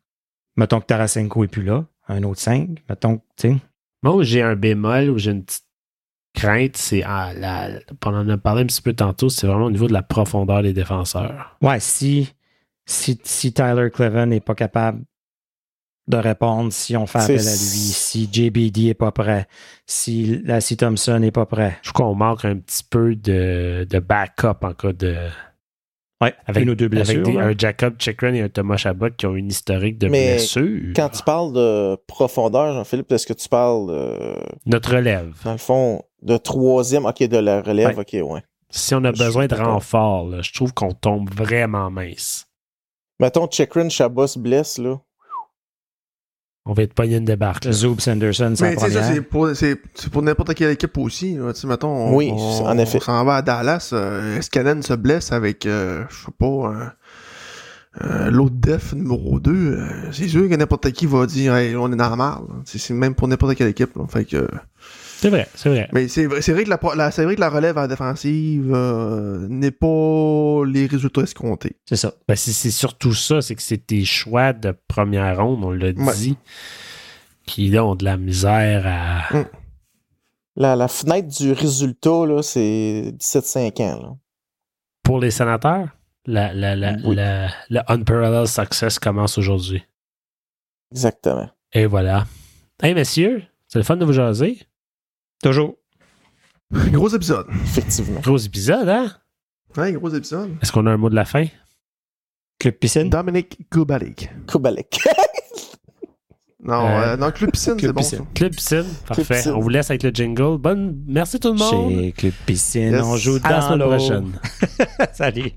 S4: Mettons que Tarasenko est plus là, un autre 5. Mettons que, tu sais,
S1: moi, où j'ai un bémol, où j'ai une petite crainte, c'est ah, la, on en a parlé un petit peu tantôt, c'est vraiment au niveau de la profondeur des défenseurs.
S4: ouais, si, si, si Tyler Cleven n'est pas capable de répondre, si on fait
S3: C'est-
S4: appel à lui, si JBD est pas prêt, si Lassie Thompson n'est pas prêt,
S1: Je trouve qu'on manque un petit peu de, de backup en cas de.
S4: ouais, avec nos deux
S1: avec
S4: blessures.
S1: des-
S4: là.
S1: un Jacob Chikrin et un Thomas Chabot qui ont une historique de
S3: hein? Mais
S1: blessures.
S3: Quand tu parles de profondeur, Jean-Philippe, est-ce que tu parles, euh,
S1: Notre relève.
S3: dans le fond, de troisième, ok, de la relève, ok, ouais.
S1: Si on a
S3: Je suis
S1: besoin de
S3: d'accord.
S1: renfort, là, je trouve qu'on tombe vraiment mince.
S3: Mettons, Chikrin, Chabas blesse, là.
S1: On va être pogné une débarque. là.
S4: Zub Sanderson, sa
S2: Mais tu sais, ça,
S4: première.
S2: c'est pour, c'est- c'est pour n'importe quelle équipe aussi. là. Tu sais, mettons, on,
S3: Oui,
S2: on-
S3: en effet.
S2: on s'en va à Dallas. euh, Escalène se blesse avec, euh, je sais pas, euh, euh, l'autre def numéro 2. euh, c'est sûr que n'importe qui va dire, Hey, on est dans la marde. là. C'est c'est même pour n'importe quelle équipe. là. Fait que,
S1: C'est vrai, c'est vrai.
S2: mais c'est vrai, c'est vrai, que la, pro- la- c'est vrai que la relève en défensive euh, n'est pas les résultats escomptés.
S4: C'est ça.
S1: Ben, c'est, c'est surtout ça, c'est que c'est tes choix de première ronde, on l'a
S2: Ouais.
S1: dit, qui là ont de la misère à.
S3: La, la fenêtre du résultat, là, c'est 17-5 ans, là.
S1: Pour les sénateurs, la, la, la,
S3: Oui.
S1: la- le Unparalleled Success commence aujourd'hui.
S3: Exactement.
S1: Et voilà. Hey messieurs, c'est le fun de vous jaser.
S4: Toujours.
S2: Gros épisode.
S3: Effectivement.
S1: Gros épisode, hein?
S2: Ouais, gros épisode.
S1: Est-ce qu'on a un mot de la fin?
S4: Club piscine.
S2: Dominic Kubalik.
S3: Kubalek.
S2: Non,
S1: Euh,
S2: euh, non, Club Piscine,
S4: Club
S2: c'est bon.
S4: Piscine.
S2: ça.
S1: Club piscine, parfait. On vous laisse avec le jingle. Bonne. Merci tout le monde.
S4: Chez Club Piscine,
S2: Yes.
S4: on joue
S1: À la
S4: dans
S1: semaine
S4: l'eau.
S1: prochaine.
S4: Salut.